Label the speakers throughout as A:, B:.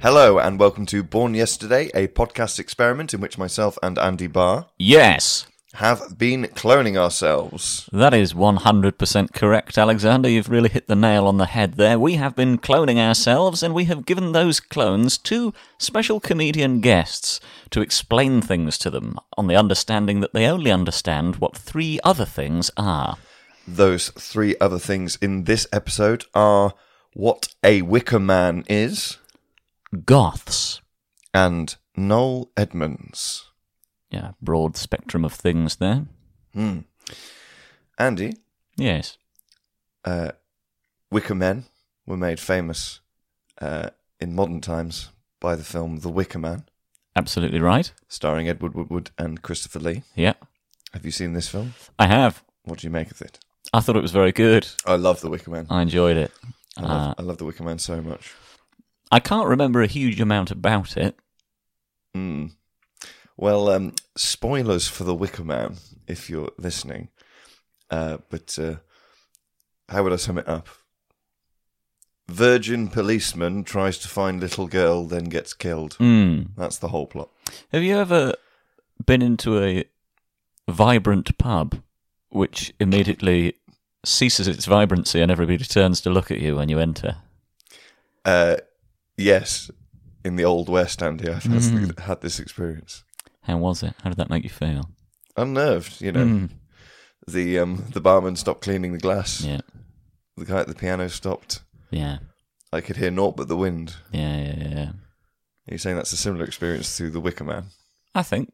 A: Hello and welcome to Born Yesterday, a podcast experiment in which myself and Andy Barr
B: Yes,
A: have been cloning ourselves.
B: that is 100% correct, Alexander. You've really hit the nail on the head there. We have been cloning ourselves, and we have given those clones to special comedian guests to explain things to them on the understanding that they only understand what three other things are.
A: Those three other things in this episode are what a Wicker Man is
B: Goths.
A: and Noel Edmonds.
B: Yeah, broad spectrum of things there.
A: Hmm. Andy,
B: Yes.
A: uh, Wicker Men were made famous uh, in modern times by the film The Wicker Man,
B: Absolutely right.
A: starring Edward Woodward and Christopher Lee.
B: Yeah.
A: Have you seen this film?
B: I have.
A: What do you make of it?
B: I thought it was very good.
A: I love The Wicker Man.
B: I enjoyed it.
A: I love,
B: Uh,
A: I love The Wicker Man so much.
B: I can't remember a huge amount about it.
A: Mm. Well, um, spoilers for The Wicker Man, if you're listening. Uh, but uh, how would I sum it up? Virgin policeman tries to find little girl, then gets killed.
B: Hmm.
A: That's the whole plot.
B: Have you ever been into a vibrant pub which immediately ceases its vibrancy and everybody turns to look at you when you enter?
A: Uh, yes, in the old West, Andy, I've had,
B: Mm.
A: had this experience.
B: How was it? How did that make you feel?
A: Unnerved, you know.
B: Mm.
A: The um, the barman stopped cleaning the glass.
B: Yeah.
A: The guy at the piano stopped.
B: Yeah.
A: I could hear naught but the wind.
B: Yeah, yeah, yeah, yeah.
A: Are you saying that's a similar experience to The Wicker Man?
B: I think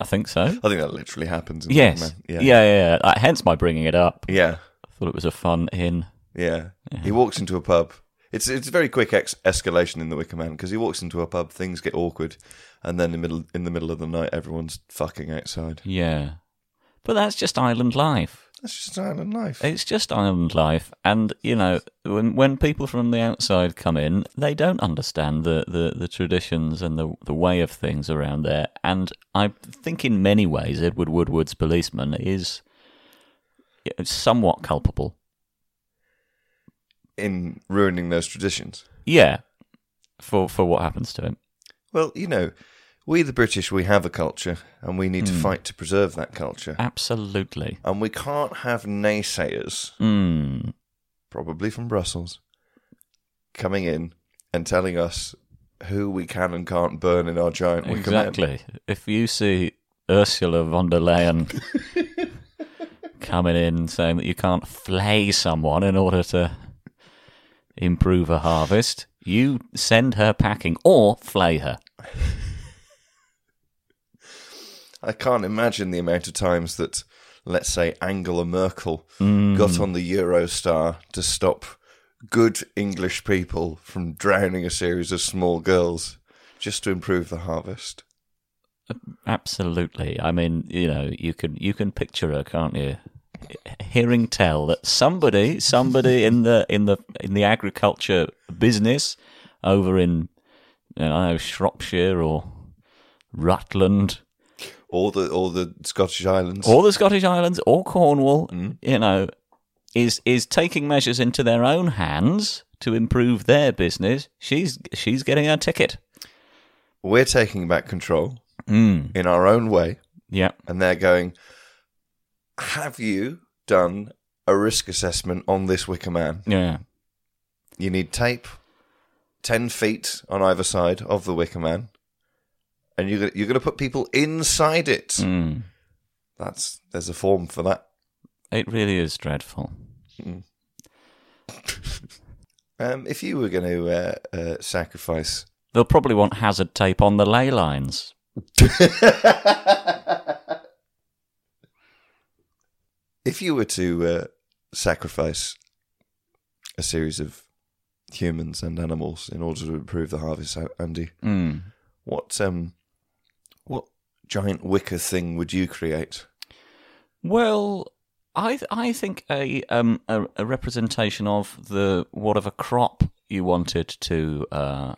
B: I think so.
A: I think that literally happens. In
B: Yes.
A: Superman.
B: Yeah, yeah, yeah. Uh, hence my bringing it up.
A: yeah,
B: I thought it was a fun in.
A: yeah, He walks into a pub. It's it's a very quick ex- escalation in the Wicker Man because he walks into a pub, things get awkward, and then in middle in the middle of the night, everyone's fucking outside.
B: Yeah. But that's just island life.
A: That's just island life.
B: It's just island life, and you know when when people from the outside come in, they don't understand the, the, the traditions and the the way of things around there. And I think in many ways, Edward Woodward's policeman is yeah, somewhat culpable.
A: in ruining those traditions.
B: Yeah, for for what happens to him.
A: Well, you know, we the British, we have a culture, and we need to
B: Hmm.
A: fight to preserve that culture.
B: Uh, Absolutely.
A: And we can't have naysayers,
B: Mm.
A: probably from Brussels, coming in and telling us who we can and can't burn in our giant Wicker Man.
B: Exactly. If you see Ursula von der Leyen coming in saying that you can't flay someone in order to improve a harvest, you send her packing or flay her.
A: I can't imagine the amount of times that, let's say, Angela Merkel got on the Eurostar to stop good English people from drowning a series of small girls just to improve the harvest.
B: Absolutely. I mean, you know, you can you can picture her, can't you? Hearing tell that somebody, somebody in the in the in the agriculture business over in you know, I don't know Shropshire or Rutland
A: All the all the Scottish islands.
B: or the Scottish Islands or Cornwall, you know, is is taking measures into their own hands to improve their business. She's she's getting her ticket.
A: We're taking back control
B: Mm.
A: in our own way,
B: Yeah.
A: and they're going. Have you done a risk assessment on this wicker man?
B: Yeah.
A: You need tape, ten feet on either side of the wicker man, and you're gonna, you're going to put people inside it.
B: Mm.
A: That's there's a form for that.
B: It really is dreadful.
A: Um, if you were going to uh, uh, sacrifice,
B: They'll probably want hazard tape on the ley lines.
A: if you were to uh, sacrifice a series of humans and animals in order to improve the harvest, A- Andy,
B: Mm.
A: what um, what giant wicker thing would you create?
B: Well, I th- I think a um a, a representation of the whatever crop you wanted to uh,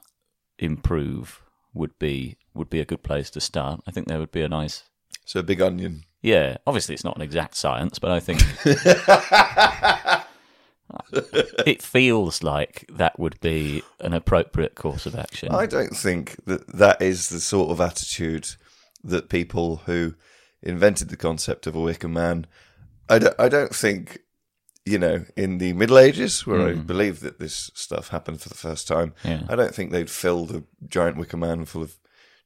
B: improve would be would be a good place to start. I think there would be a nice
A: So a big onion.
B: yeah. Obviously, it's not an exact science, but I think it feels like that would be an appropriate course of action.
A: I don't think that that is the sort of attitude that people who invented the concept of a wicker man. I don't, I don't think, you know, in the Middle Ages, where I believe that this stuff happened for the first time,
B: Hmm. Yeah.
A: I don't think they'd filled a giant wicker man full of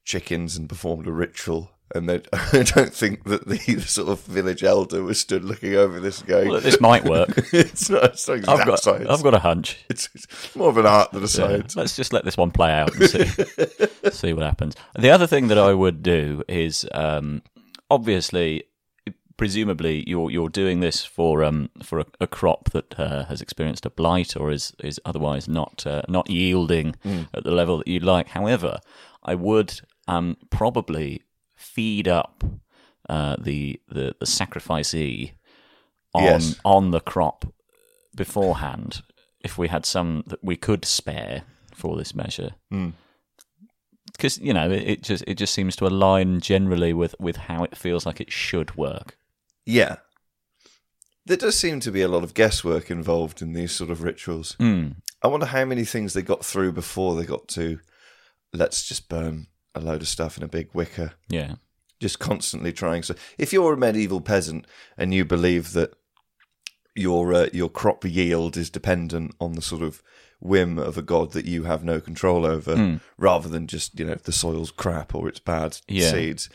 A: chickens and performed a ritual. And they'd- I don't think that the, the sort of village elder was stood looking over this and going,
B: Well, this might work.
A: it's not, it's not exact
B: I've got
A: science.
B: I've got a hunch.
A: it's, it's more of an art than a
B: Yeah,
A: science.
B: let's just let this one play out and see, see what happens. The other thing that I would do is um, obviously, presumably, you're you're doing this for um, for a, a crop that uh, has experienced a blight or is is otherwise not uh, not yielding at the level that you'd like. However, I would um, probably feed up uh, the the the sacrificee on
A: Yes.
B: on the crop beforehand if we had some that we could spare for this measure. Because you know, it, it just it just seems to align generally with, with how it feels like it should work.
A: Yeah. There does seem to be a lot of guesswork involved in these sort of rituals.
B: Mm.
A: I wonder how many things they got through before they got to let's just burn a load of stuff in a big wicker.
B: Yeah,
A: Just constantly trying. So, if you're a medieval peasant and you believe that your uh, your crop yield is dependent on the sort of whim of a god that you have no control over,
B: Mm.
A: rather than just you know the soil's crap or it's bad
B: Yeah.
A: seeds,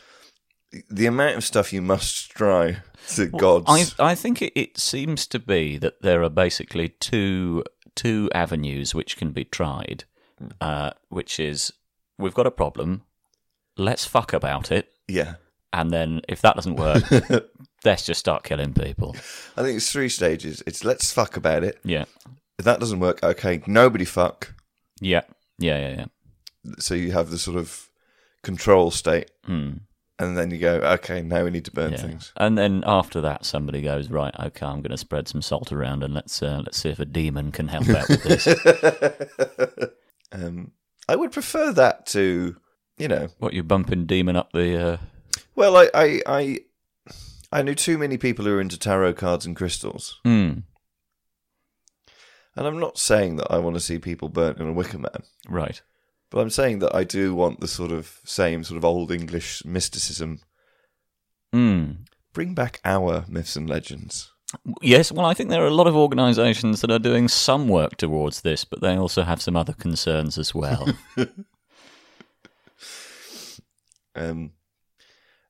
A: the amount of stuff you must try to gods.
B: I I think it, it seems to be that there are basically two two avenues which can be tried, uh, which is we've got a problem, let's fuck about it,
A: Yeah.
B: and then if that doesn't work, let's just start killing people.
A: I think it's three stages. It's let's fuck about it.
B: Yeah,
A: If that doesn't work, okay, nobody fuck.
B: yeah, yeah, yeah, yeah.
A: So you have the sort of control state.
B: Hmm.
A: And then you go, okay, now we need to burn
B: Yeah.
A: things.
B: And then after that, somebody goes, "Right, okay, I'm going to spread some salt around, and let's uh, let's see if a demon can help out with this."
A: Um, I would prefer that to, you know,
B: what you bumping demon up the? Uh...
A: well, I, I, I, I knew too many people who were into tarot cards and crystals.
B: Hmm.
A: And I'm not saying that I want to see people burnt in a wicker man.
B: right.
A: But I'm saying that I do want the sort of same sort of old English mysticism.
B: Hmm.
A: Bring back our myths and legends.
B: Yes. Well, I think there are a lot of organisations that are doing some work towards this, but they also have some other concerns as well.
A: Um,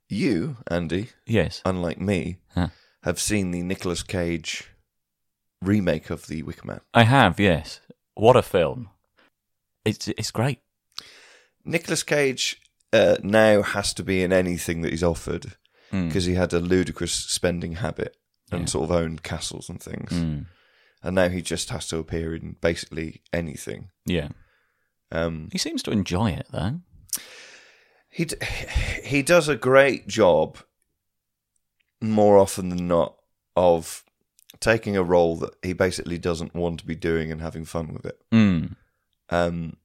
A: you, Andy,
B: yes.
A: unlike me,
B: Huh.
A: have seen the Nicolas Cage remake of The Wicker Man.
B: I have. Yes. What a film! It's it's great.
A: Nicolas Cage uh, now has to be in anything that he's offered
B: Hmm.
A: because he had a ludicrous spending habit and
B: Yeah.
A: sort of owned castles and things.
B: Hmm.
A: And now he just has to appear in basically anything.
B: Yeah.
A: Um,
B: He seems to enjoy it though.
A: He d- he does a great job, more often than not, of taking a role that he basically doesn't want to be doing and having fun with it.
B: Mm.
A: Um,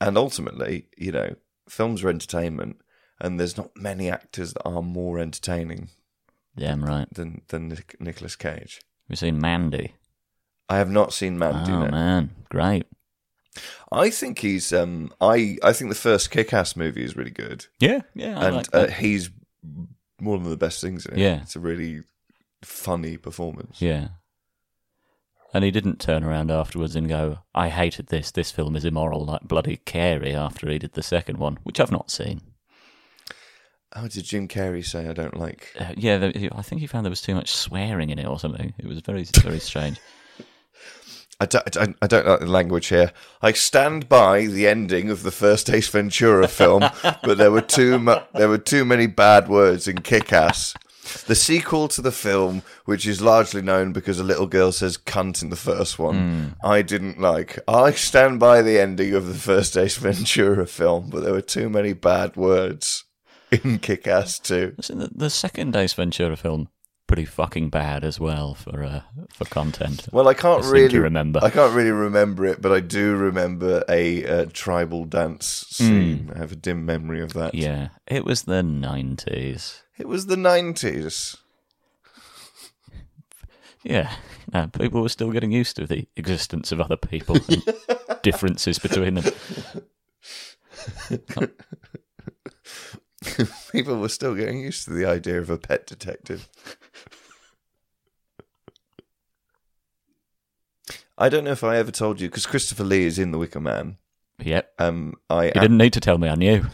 A: and ultimately, you know, films are entertainment, and there's not many actors that are more entertaining
B: Damn right.
A: than than Nic- Nicolas Cage.
B: We've seen Mandy.
A: I have not seen Mandy.
B: oh
A: no.
B: man, great.
A: I think he's. Um, I I think the first Kick-Ass movie is really good,
B: Yeah, yeah. I
A: and
B: like
A: uh,
B: that.
A: he's one of the best things in it.
B: Yeah.
A: it's a really funny performance.
B: yeah. And he didn't turn around afterwards and go, "I hated this. This film is immoral," like bloody Carey after he did the second one, which I've not seen.
A: How did Jim Carrey say I don't like?
B: Uh, yeah, there, he- I think he found there was too much swearing in it or something. It was very, very strange.
A: I don't, I don't, I don't like the language here. I stand by the ending of the first Ace Ventura film, but there were too mu- there were too many bad words in Kick-Ass. The sequel to the film, which is largely known because a little girl says cunt in the first one, I didn't like. I stand by the ending of the first Ace Ventura film, but there were too many bad words in Kick Ass 2.
B: Isn't the, the second Ace Ventura film pretty fucking bad as well for uh, for content?
A: Well, I can't
B: I seem to
A: really
B: remember.
A: I can't really remember it, but I do remember a uh, tribal dance scene. I have a dim memory of that.
B: Hmm. yeah, it was the nineties.
A: It was the nineties.
B: Yeah, no, people were still getting used to the existence of other people and differences between them.
A: People were still getting used to the idea of a pet detective. I don't know if I ever told you because Christopher Lee is in The Wicker Man.
B: Yep,
A: Um, I
B: you didn't need to tell me. I knew.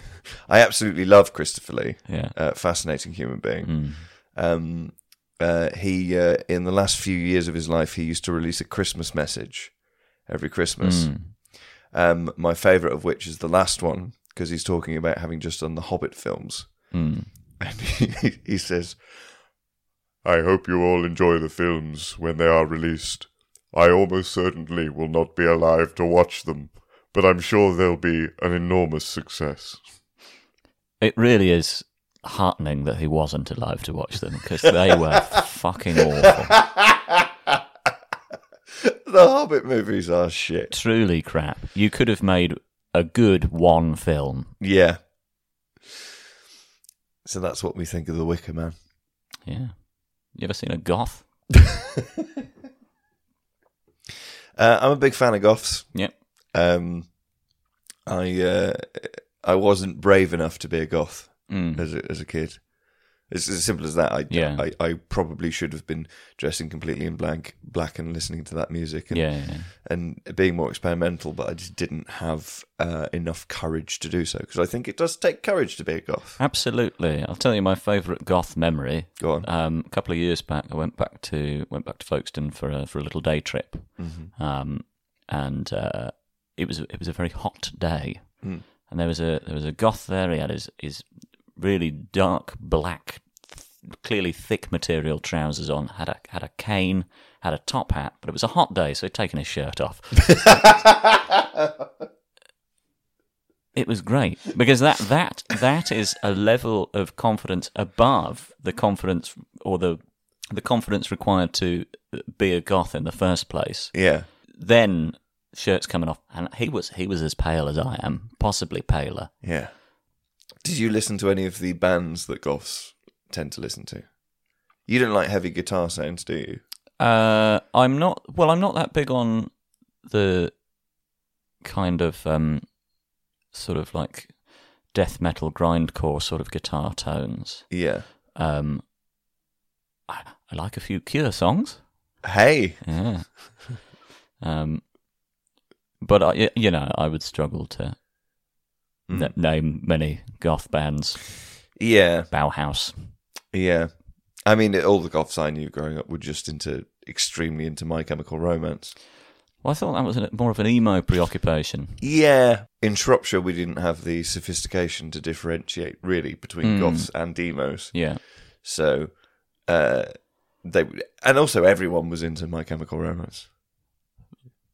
A: I absolutely love Christopher Lee.
B: Yeah.
A: uh, fascinating human being.
B: Mm.
A: Um, uh, he uh, in the last few years of his life, he used to release a Christmas message every Christmas.
B: Mm.
A: Um, my favorite of which is the last one because he's talking about having just done the Hobbit films,
B: Mm.
A: and he, he says, "I hope you all enjoy the films when they are released. I almost certainly will not be alive to watch them, but I'm sure they'll be an enormous success."
B: It really is heartening that he wasn't alive to watch them because they were fucking awful,
A: The Hobbit movies are shit.
B: truly crap. You could have made a good one film
A: Yeah. So that's what we think of the Wicker Man.
B: Yeah. You ever seen a goth?
A: Uh, I'm a big fan of goths.
B: Yep.
A: Um, I uh, I wasn't brave enough to be a goth
B: Mm.
A: as a, as a kid. It's as simple as that. I,
B: Yeah.
A: I I probably should have been dressing completely in blank black and listening to that music and,
B: Yeah, yeah.
A: and being more experimental, but I just didn't have uh, enough courage to do so because I think it does take courage to be a goth.
B: Absolutely. I'll tell you my favourite goth memory.
A: Go on.
B: Um, a couple of years back, I went back to went back to Folkestone for a for a little day trip, um, and uh, it was it was a very hot day, and there was a there was a goth there. He had his his really dark black, th- clearly thick material trousers on. had a had a cane, had a top hat, but it was a hot day, so he'd taken his shirt off. It was great because that that that is a level of confidence above the confidence or the the confidence required to be a goth in the first place.
A: Yeah.
B: Then shirts coming off, and he was he was as pale as I am, possibly paler.
A: Yeah. Did you listen to any of the bands that goths tend to listen to? You don't like heavy guitar sounds, do you?
B: Uh, I'm not well. I'm not that big on the kind of um, sort of like death metal grindcore sort of guitar tones.
A: Yeah.
B: Um, I, I like a few Cure songs.
A: Hey.
B: Yeah. um, but I, you know, I would struggle to
A: Hmm.
B: n- name many goth bands.
A: Yeah.
B: Bauhaus.
A: Yeah. I mean, all the goths I knew growing up were just into extremely into My Chemical Romance.
B: Well, I thought that was an, more of an emo preoccupation.
A: Yeah. In Shropshire, we didn't have the sophistication to differentiate really between
B: Mm.
A: goths and emos.
B: Yeah.
A: So, uh, they and also everyone was into My Chemical Romance.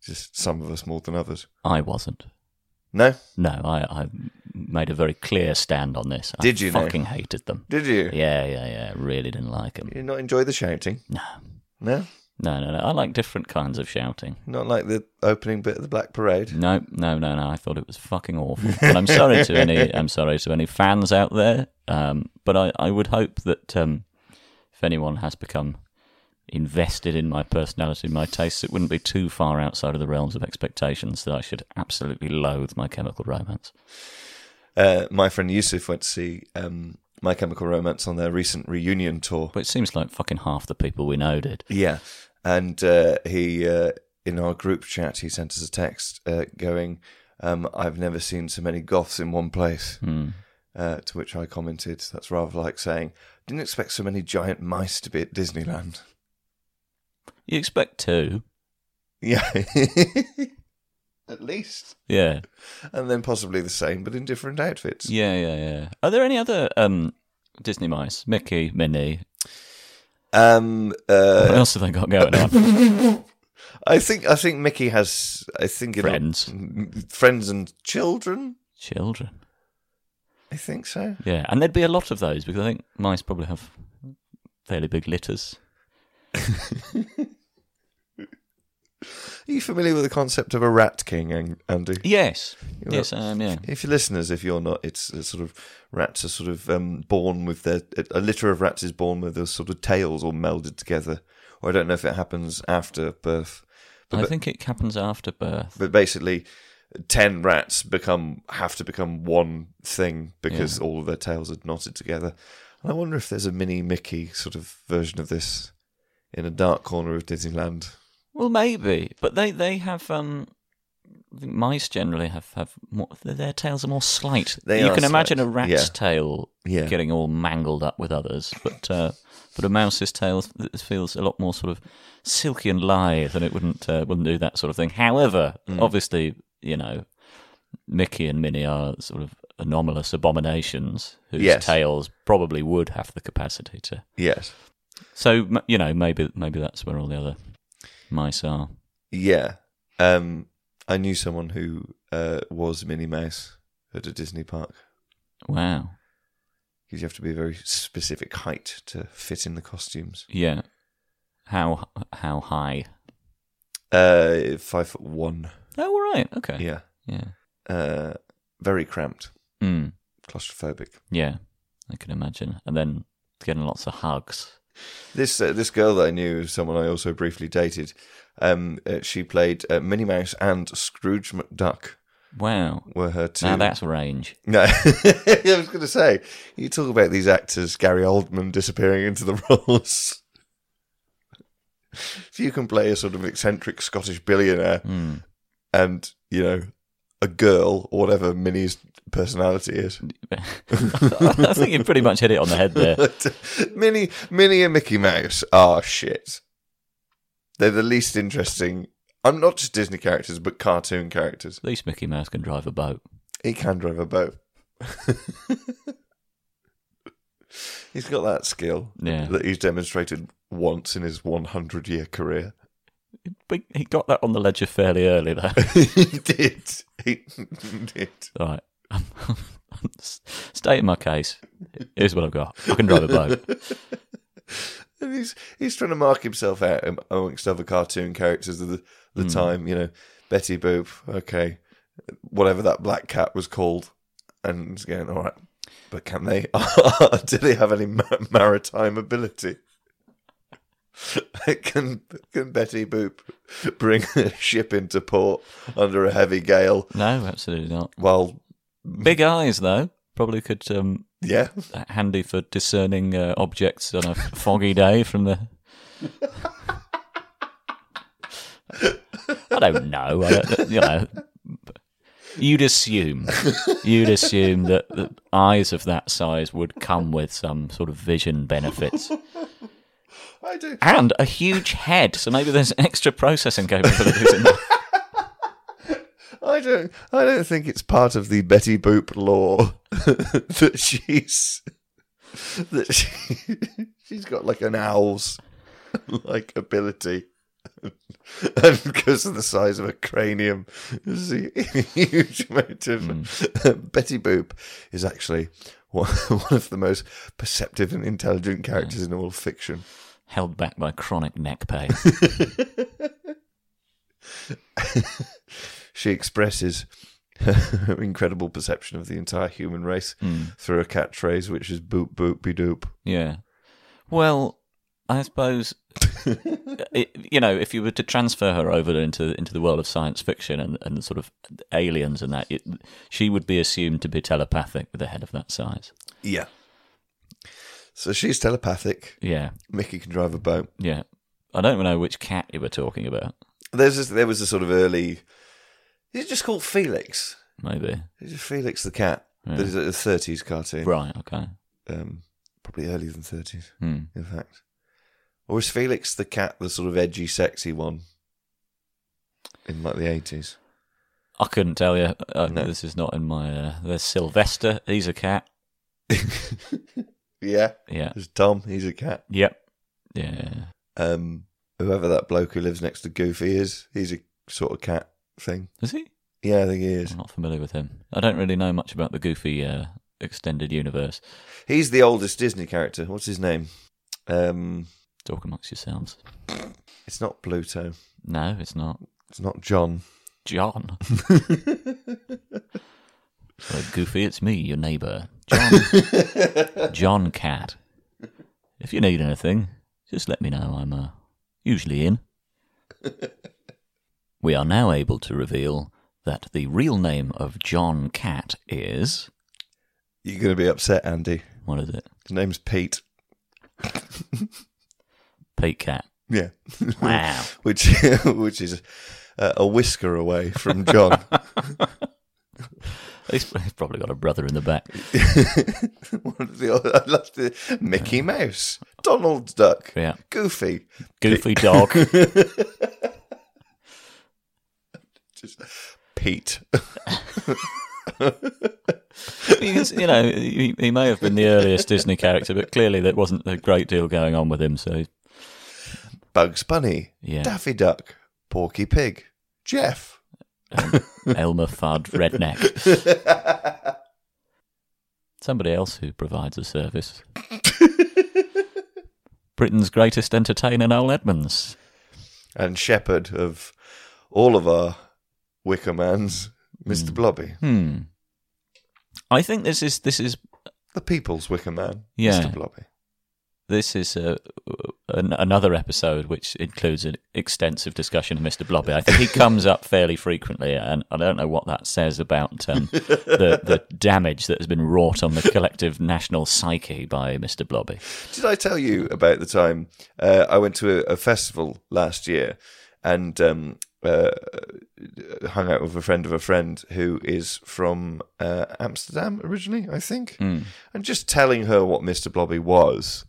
A: Just some of us more than others.
B: I wasn't.
A: No,
B: No, I, I made a very clear stand on this. I
A: Did you, though?
B: fucking hated them?
A: did you?
B: Yeah, yeah, yeah. Really didn't like them.
A: Did you not enjoy the shouting?
B: No,
A: No,
B: no, no, no. I like different kinds of shouting.
A: not like the opening bit of the Black Parade.
B: No, no, no, no. I thought it was fucking awful. But I'm sorry to any. I'm sorry to any fans out there. Um, but I, I would hope that um, if anyone has become invested in my personality, my tastes, it wouldn't be too far outside of the realms of expectations that I should absolutely loathe My Chemical Romance.
A: Uh, my friend Yusuf went to see um, My Chemical Romance on their recent reunion tour.
B: But it seems like fucking half the people we know did.
A: Yeah, and uh, he uh, in our group chat he sent us a text uh, going, um, "I've never seen so many goths in one
B: Hmm.
A: place." Uh, to which I commented, "That's rather like saying." Didn't expect so many giant mice to be at Disneyland.
B: You expect two,
A: Yeah. At least.
B: yeah.
A: And then possibly the same, but in different outfits.
B: Yeah, yeah, yeah. Are there any other um, Disney mice? Mickey, Minnie.
A: Um,
B: What
A: uh,
B: else have they got going on?
A: I think I think Mickey has I think it'll-
B: Friends.
A: friends and children.
B: Children.
A: I think so.
B: Yeah, and there'd be a lot of those because I think mice probably have fairly big litters.
A: Are you familiar with the concept of a rat king, An- Andy?
B: Yes.
A: Well-
B: yes, I am, yeah.
A: If you're listeners, if you're not, it's a sort of rats are sort of um, born with their a litter of rats is born with their sort of tails all melded together. Or I don't know if it happens after birth.
B: I think it happens after birth.
A: but basically 10 rats become have to become one thing because all of their tails are knotted together and i wonder if there's a mini mickey sort of version of this in a dark corner of disneyland
B: Well, maybe, but they they have um I think mice generally have have more, their tails are more slight.
A: They
B: you
A: are
B: can imagine a
A: slight,
B: rat's
A: yeah.
B: tail
A: Yeah.
B: getting all mangled up with others, but uh, but a mouse's tail th- feels a lot more sort of silky and lithe, and it wouldn't uh, wouldn't do that sort of thing. However,
A: Mm.
B: obviously, you know, Mickey and Minnie are sort of anomalous abominations whose
A: Yes.
B: tails probably would have the capacity to.
A: yes
B: So m- you know, maybe maybe that's where all the other mice are.
A: yeah um i knew someone who uh, was minnie mouse at a disney park
B: Wow.
A: because you have to be a very specific height to fit in the costumes
B: Yeah. How how high?
A: uh five foot one
B: Oh, all right. Okay.
A: yeah
B: Yeah.
A: uh very cramped
B: Mm,
A: claustrophobic
B: yeah. I can imagine. And then getting lots of hugs.
A: This uh, this girl that I knew, someone I also briefly dated, um, uh, she played uh, Minnie Mouse and Scrooge McDuck
B: Wow.
A: were her two.
B: Now that's range.
A: no, I was going to say you talk about these actors, Gary Oldman disappearing into the roles. if you can play a sort of eccentric Scottish billionaire
B: Mm.
A: and you know a girl or whatever Minnie's personality is,
B: I think you pretty much hit it on the head there.
A: Minnie, Minnie, and Mickey Mouse are shit. They're the least interesting. I'm not just Disney characters, but cartoon characters.
B: At least Mickey Mouse can drive a boat.
A: He can drive a boat. he's got that skill
B: Yeah.
A: that he's demonstrated once in his 100 year career.
B: But He got that on the ledger fairly early, though.
A: he did. He did.
B: all right. Stating my case, here's what I've got. I can drive a boat.
A: And he's he's trying to mark himself out am- amongst other cartoon characters of the, the time, you know, Betty Boop, okay, whatever that black cat was called, and he's going all right. But can they? do they have any ma- maritime ability? can can Betty Boop bring a ship into port under a heavy gale?
B: No, absolutely not.
A: Well,
B: Big eyes, though. Probably could um,
A: yeah,
B: handy for discerning uh, objects on a foggy day from the. I don't know. I don't, you know, you'd assume, you'd assume that the eyes of that size would come with some sort of vision benefits
A: I do.
B: and a huge head. So maybe there's extra processing capabilities in that.
A: I don't. I don't think it's part of the Betty Boop law that she's that she, she's got like an owl's like ability. and because of the size of a cranium, there's a huge amount of uh, Betty Boop is actually one, one of the most perceptive and intelligent characters in all fiction.
B: held back by chronic neck pain.
A: She expresses her incredible perception of the entire human race
B: Hmm.
A: through a catchphrase, which is "boop boop be doop."
B: yeah. Well, I suppose it, you know if you were to transfer her over into into the world of science fiction and and sort of aliens and that, it, she would be assumed to be telepathic with a head of that size.
A: Yeah. So she's telepathic.
B: Yeah,
A: Mickey can drive a boat.
B: yeah. I don't know which cat you were talking about.
A: There's this, there was a sort of early. He's just called Felix.
B: Maybe
A: It's just Felix the cat.
B: Yeah.
A: That is a thirties cartoon.
B: Hmm. right. Okay.
A: Um, probably earlier than thirties,
B: Hmm.
A: in fact. Or is Felix the cat the sort of edgy, sexy one? In like the eighties.
B: I couldn't tell you. Uh,
A: No.
B: This is not in my. Uh, there's Sylvester. He's a cat.
A: Yeah.
B: Yeah.
A: There's Tom, he's a cat.
B: Yep. Yeah.
A: Um, whoever that bloke who lives next to Goofy is, he's a sort of cat thing.
B: Is he?
A: Yeah, I think he is.
B: I'm not familiar with him. I don't really know much about the Goofy uh, extended universe.
A: He's the oldest Disney character. What's his name? Um,
B: Talk amongst yourselves.
A: it's not Pluto.
B: No, it's not
A: It's not John.
B: John. Hello, Goofy, it's me, your neighbour, John. John Cat. If you need anything, just let me know. I'm uh, usually in. We are now able to reveal that the real name of John Cat is.
A: You're going to be upset, Andy.
B: What is it?
A: His name's Pete.
B: Pete Cat.
A: Yeah.
B: Wow.
A: which which is uh, a whisker away from John.
B: he's, he's probably got a brother in the back.
A: One of the other- I love the Mickey Mouse, Donald Duck,
B: Yeah.
A: Goofy.
B: Goofy dog.
A: Just Pete.
B: Because, you know, he, he may have been the earliest Disney character, but clearly there wasn't a great deal going on with him. So,
A: Bugs Bunny,
B: Yeah.
A: Daffy Duck, Porky Pig, Jeff.
B: Elmer Fudd, redneck. Somebody else who provides a service. Britain's greatest entertainer, Noel Edmonds.
A: and shepherd of all of our Wickermans, Mr. Blobby,
B: Hmm. I think this is this is
A: the people's Wickerman,
B: Yeah.
A: Mr. Blobby.
B: this is a, an, another episode which includes an extensive discussion of Mr. Blobby. I think he comes up fairly frequently, and I don't know what that says about um, the the damage that has been wrought on the collective national psyche by Mr. Blobby.
A: Did I tell you about the time uh, I went to a, a festival last year and um, uh, hung out with a friend of a friend who is from uh, Amsterdam originally, I think, and just telling her what Mr. Blobby was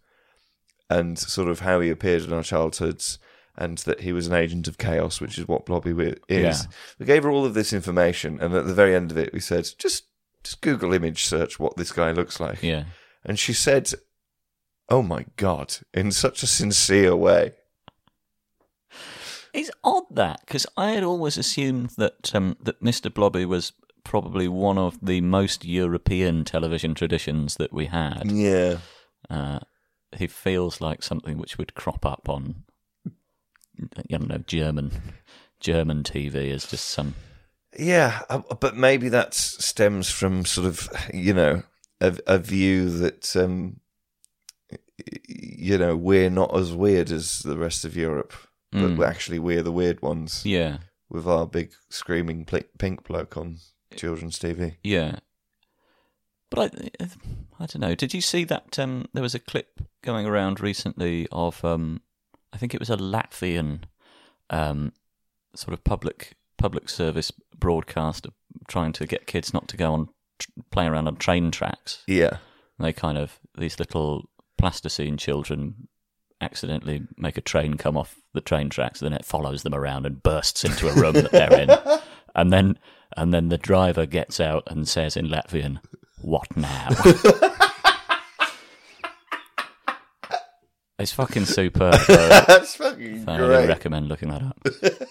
A: and sort of how he appeared in our childhoods. And that he was an agent of chaos, which is what Blobby wi- is.
B: Yeah.
A: We gave her all of this information, and at the very end of it, we said, "Just, just Google image search what this guy looks like."
B: Yeah,
A: And she said, Oh my God, in such a sincere way.
B: it's odd that because I had always assumed that um, that Mr. Blobby was probably one of the most European television traditions that we had.
A: Yeah.
B: uh, he feels like something which would crop up on, I don't know, German German TV as just some.
A: Yeah. uh, But maybe that s- stems from sort of, you know, a, a view that, um, y- you know, we're not as weird as the rest of Europe, but
B: Mm.
A: we're actually we're the weird ones
B: Yeah,
A: with our big screaming pl- pink bloke on children's TV.
B: yeah. But I, I don't know. Did you see that? Um, there was a clip going around recently of, um, I think it was a Latvian, um, sort of public public service broadcaster trying to get kids not to go on tr- play around on train tracks.
A: Yeah.
B: And they kind of these little plasticine children accidentally make a train come off the train tracks and then it follows them around and bursts into a room that they're in and then and then the driver gets out and says in latvian what now It's fucking superb. though.
A: That's fucking
B: I
A: great.
B: really recommend looking that up.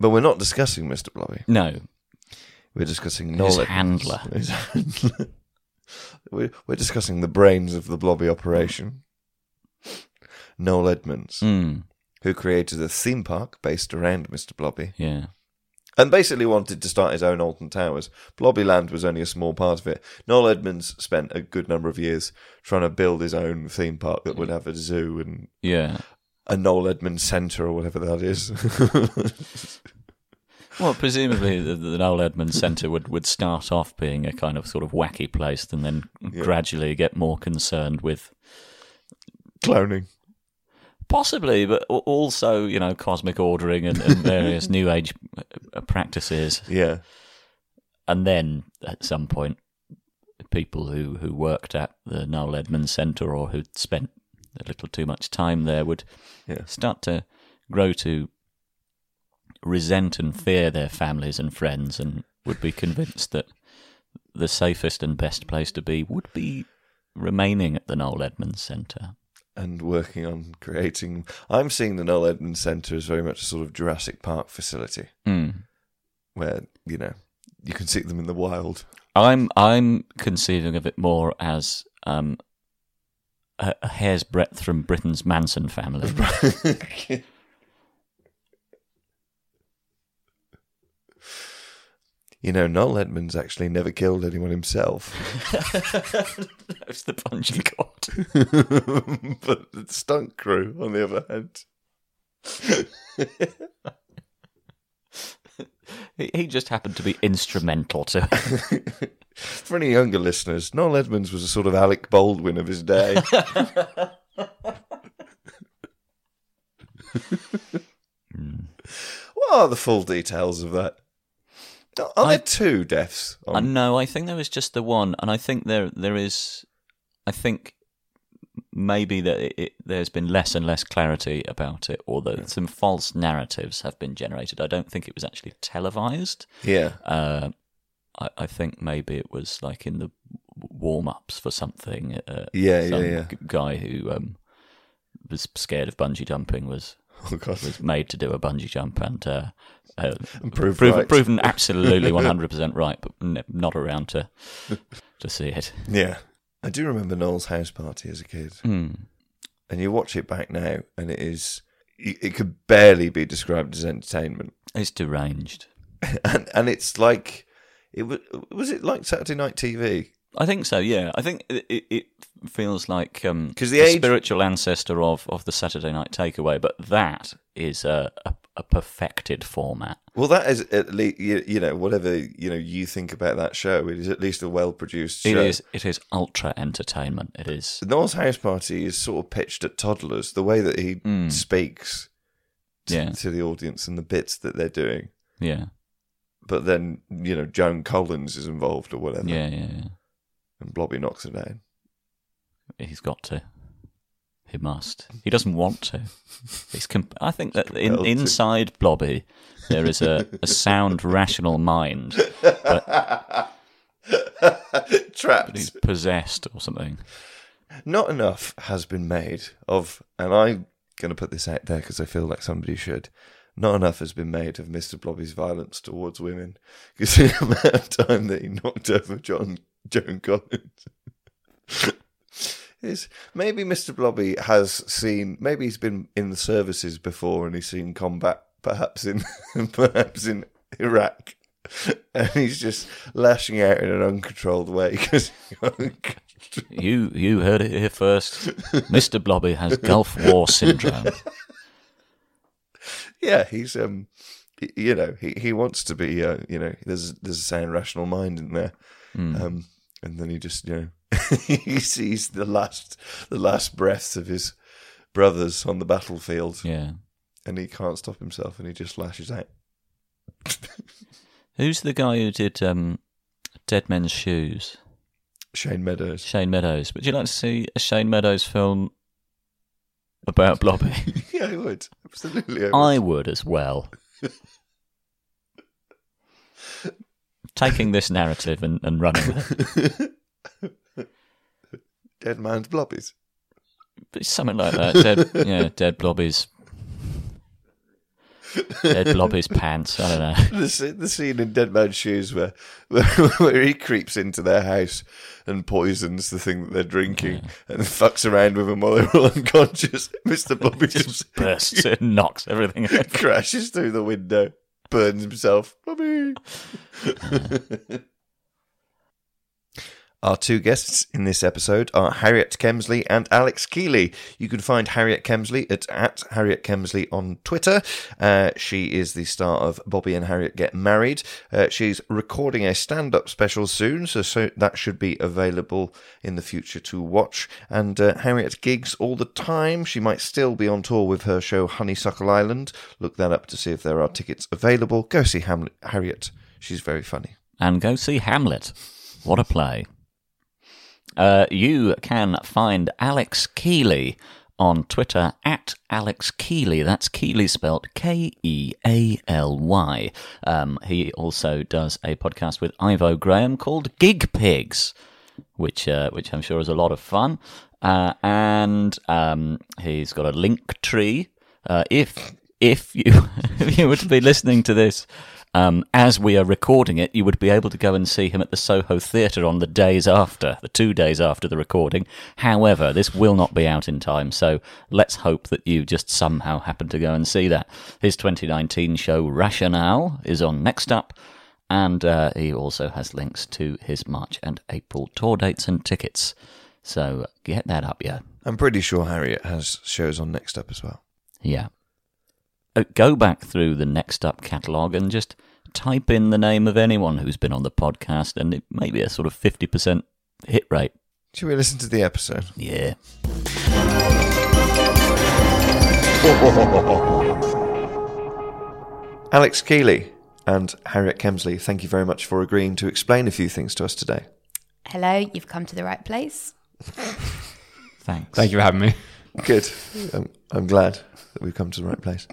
A: But we're not discussing Mr. Blobby.
B: No,
A: We're discussing
B: His
A: knowledge.
B: handler.
A: His handler. we're, we're discussing the brains of the Blobby operation. Noel Edmonds,
B: mm,
A: who created a theme park based around Mr. Blobby,
B: yeah,
A: and basically wanted to start his own Alton Towers. Blobby Land was only a small part of it. Noel Edmonds spent a good number of years trying to build his own theme park that would have a zoo and
B: yeah.
A: a Noel Edmonds Centre or whatever that is.
B: Well, presumably the, the Noel Edmonds Centre would, would start off being a kind of sort of wacky place, and then gradually get more concerned with
A: Cloning.
B: possibly, but al- also you know cosmic ordering and, and various New Age uh, practices,
A: Yeah.
B: and then at some point, people who who worked at the Noel Edmonds Centre or who'd spent a little too much time there would
A: Yeah.
B: start to grow to resent and fear their families and friends and would be convinced that the safest and best place to be would be remaining at the Noel Edmonds Centre.
A: and working on creating. I'm seeing the Noel Edmonds Centre as very much a sort of Jurassic Park facility where you know you can see them in the wild.
B: I'm I'm conceiving of it more as um, a, a hair's breadth from Britain's Manson family.
A: you know, Noel Edmonds actually never killed anyone himself,
B: That's the punching god.
A: but the stunt crew, on the other hand,
B: He, he just happened to be instrumental to it.
A: for any younger listeners, Noel Edmonds was a sort of Alec Baldwin of his day. what are the full details of that? Are there
B: I-
A: two deaths?
B: Uh,
A: On...
B: no, I think there was just the one, and I think there there is, I think maybe that it, it, there's been less and less clarity about it, or that some false narratives have been generated. I don't think it was actually televised.
A: Yeah,
B: Uh, I, I think maybe it was like in the warm ups for something. Uh,
A: Yeah, yeah,
B: some
A: yeah.
B: g- Guy who um, was scared of bungee jumping was
A: oh god,
B: was made to do a bungee jump and uh, uh,
A: proved
B: prov-
A: right.
B: proven absolutely 100% right, but n- not around to to see it.
A: yeah. I do remember Noel's house party as a kid,
B: Hmm.
A: and you watch it back now, and it is it it could barely be described as entertainment.
B: It's deranged.
A: and and it's like it was was it like Saturday night TV?
B: I think so, yeah. I think it, it, it feels like um,
A: 'Cause the age-
B: spiritual ancestor of, of the Saturday Night Takeaway, but that is a, a, a perfected format.
A: Well, that is at least you, you know whatever you know you think about that show. It is at least a well produced show.
B: It is it is ultra entertainment. It is.
A: Noel's house party is sort of pitched at toddlers. The way that he speaks to,
B: Hmm. Yeah.
A: to the audience and the bits that they're doing,
B: Yeah.
A: but then you know Joan Collins is involved or whatever,
B: Yeah, yeah, yeah.
A: and Blobby knocks her down.
B: He's got to. He must. He doesn't want to. He's. Comp- I think that in,
A: compelled to.
B: inside Blobby, there is a, a sound, rational mind. But
A: Trapped.
B: he's possessed or something.
A: not enough has been made of, and I'm going to put this out there because I feel like somebody should. Not enough has been made of Mr. Blobby's violence towards women because the amount of time that he knocked over John Joan Collins is maybe Mr. Blobby has seen maybe he's been in the services before and he's seen combat perhaps in perhaps in Iraq and he's just lashing out in an uncontrolled way because
B: You you heard it here first. Mr. Blobby has Gulf War syndrome.
A: yeah, he's um, y- you know, he, he wants to be uh, you know, there's there's a sound rational mind in there, um, and then he just you know, he sees the last the last breaths of his brothers on the battlefield,
B: Yeah.
A: and he can't stop himself, and he just lashes out.
B: Who's the guy who did um, Dead Men's Shoes?
A: Shane Meadows.
B: Shane Meadows. Would you like to see a Shane Meadows film about Blobby?
A: yeah, I would absolutely. I would.
B: I would as well. Taking this narrative and, and running with it.
A: Dead man's blobbies.
B: It's something like that. Dead, yeah, dead blobbies. Dead blobbies pants. I don't know.
A: the, sc- the scene in Dead Man's Shoes where, where where he creeps into their house and poisons the thing that they're drinking and fucks around with them while they're all unconscious. Mr. Blobby just
B: Bursts and knocks everything. Out.
A: crashes through the window, burns himself. Blobby. Our two guests in this episode are Harriet Kemsley and Alex Keeley. You can find Harriet Kemsley at, at Harriet Kemsley on Twitter. Uh, she is the star of Bobby and Harriet Get Married. Uh, she's recording a stand up special soon, so, so that should be available in the future to watch. And uh, Harriet gigs all the time. She might still be on tour with her show Honeysuckle Island. Look that up to see if there are tickets available. Go see Hamlet, Harriet. She's very funny.
B: and go see Hamlet. What a play. Uh, you can find Alex Keeley on Twitter at Alex Keeley. That's Keeley spelled K E A L Y. Um, he also does a podcast with Ivo Graham called Gig Pigs, which uh, which I'm sure is a lot of fun. Uh, and um, he's got a link tree. Uh, if if you if you were to be listening to this um, as we are recording it, you would be able to go and see him at the Soho Theatre on the days after, the two days after the recording. However, this will not be out in time, so let's hope that you just somehow happen to go and see that. His 2019 show Rationale is on next up, and uh, he also has links to his March and April tour dates and tickets. So get that up, yeah.
A: I'm pretty sure Harriet has shows on Next Up as well.
B: Yeah. Uh, Go back through the Next Up catalogue and just type in the name of anyone who's been on the podcast, and it may be a sort of 50% hit rate.
A: Should we listen to the episode?
B: Yeah.
A: Alex Keeley and Harriet Kemsley, thank you very much for agreeing to explain a few things to us today.
C: Hello, you've come to the right place.
B: Thanks.
D: Thank you for having me.
A: Good. I'm, I'm glad that we've come to the right place.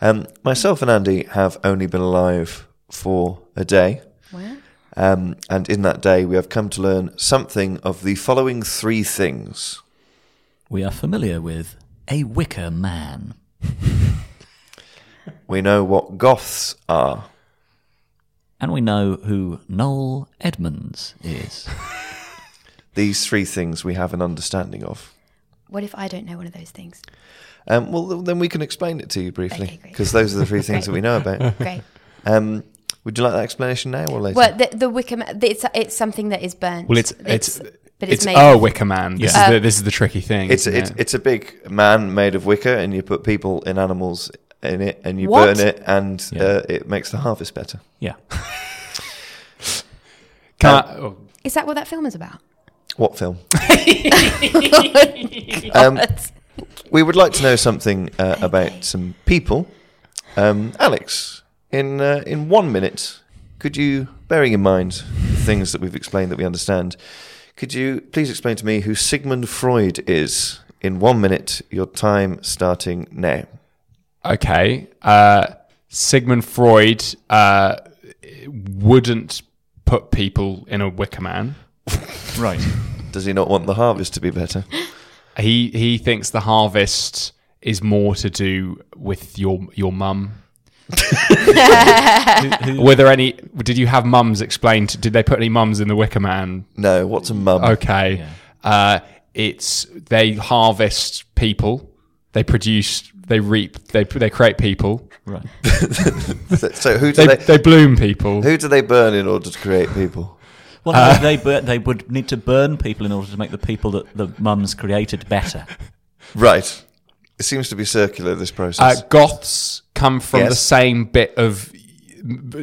A: Um, myself and Andy have only been alive for a day.
C: Wow.
A: Um, and in that day, we have come to learn something of the following three things.
B: We are familiar with a wicker man.
A: We know what goths are.
B: And we know who Noel Edmonds is.
A: These three things we have an understanding of.
C: What if I don't know one of those things?
A: Um, well, th- then we can explain it to you briefly
C: Okay, great.
A: because those are the three things that we know about.
C: Great.
A: Um, would you like that explanation now or later?
C: well, the, the wicker, ma- it's, it's something that is burnt.
D: Well, it's it's
C: but it's, made.
D: a Wicker Man. This
C: Yeah.
D: is the this is the tricky thing.
A: It's
D: isn't
A: it's
D: it?
A: it's a big man made of wicker, and you put people and animals in it, and you
C: What?
A: burn it, and
B: Yeah.
A: uh, it makes the harvest better.
B: yeah.
D: Can I- oh,
C: Is that what that film is about?
A: What film? um, we would like to know something uh, about some people. Um, Alex, in uh, in one minute, could you, bearing in mind the things that we've explained that we understand, could you please explain to me who Sigmund Freud is? In one minute, your time starting now.
D: okay. Uh, Sigmund Freud uh, wouldn't put people in a Wicker Man.
B: Right.
A: Does he not want the harvest to be better?
D: He he thinks the harvest is more to do with your your mum. Were there any? Did you have mums explained? Did they put any mums in the Wicker Man?
A: No, what's a mum?
D: Okay, uh, it's they harvest people. They produce. They reap. They they create people.
B: Right.
A: So who do
D: They
A: they,
D: they, bloom people.
A: who do they burn in order to create people?
B: Well,
D: Uh.
B: they, bur- they would need to burn people in order to make the people that the mums created better.
A: Right. It seems to be circular this
D: Uh,
A: process.
D: Goths come from the
A: Yes.
D: same bit of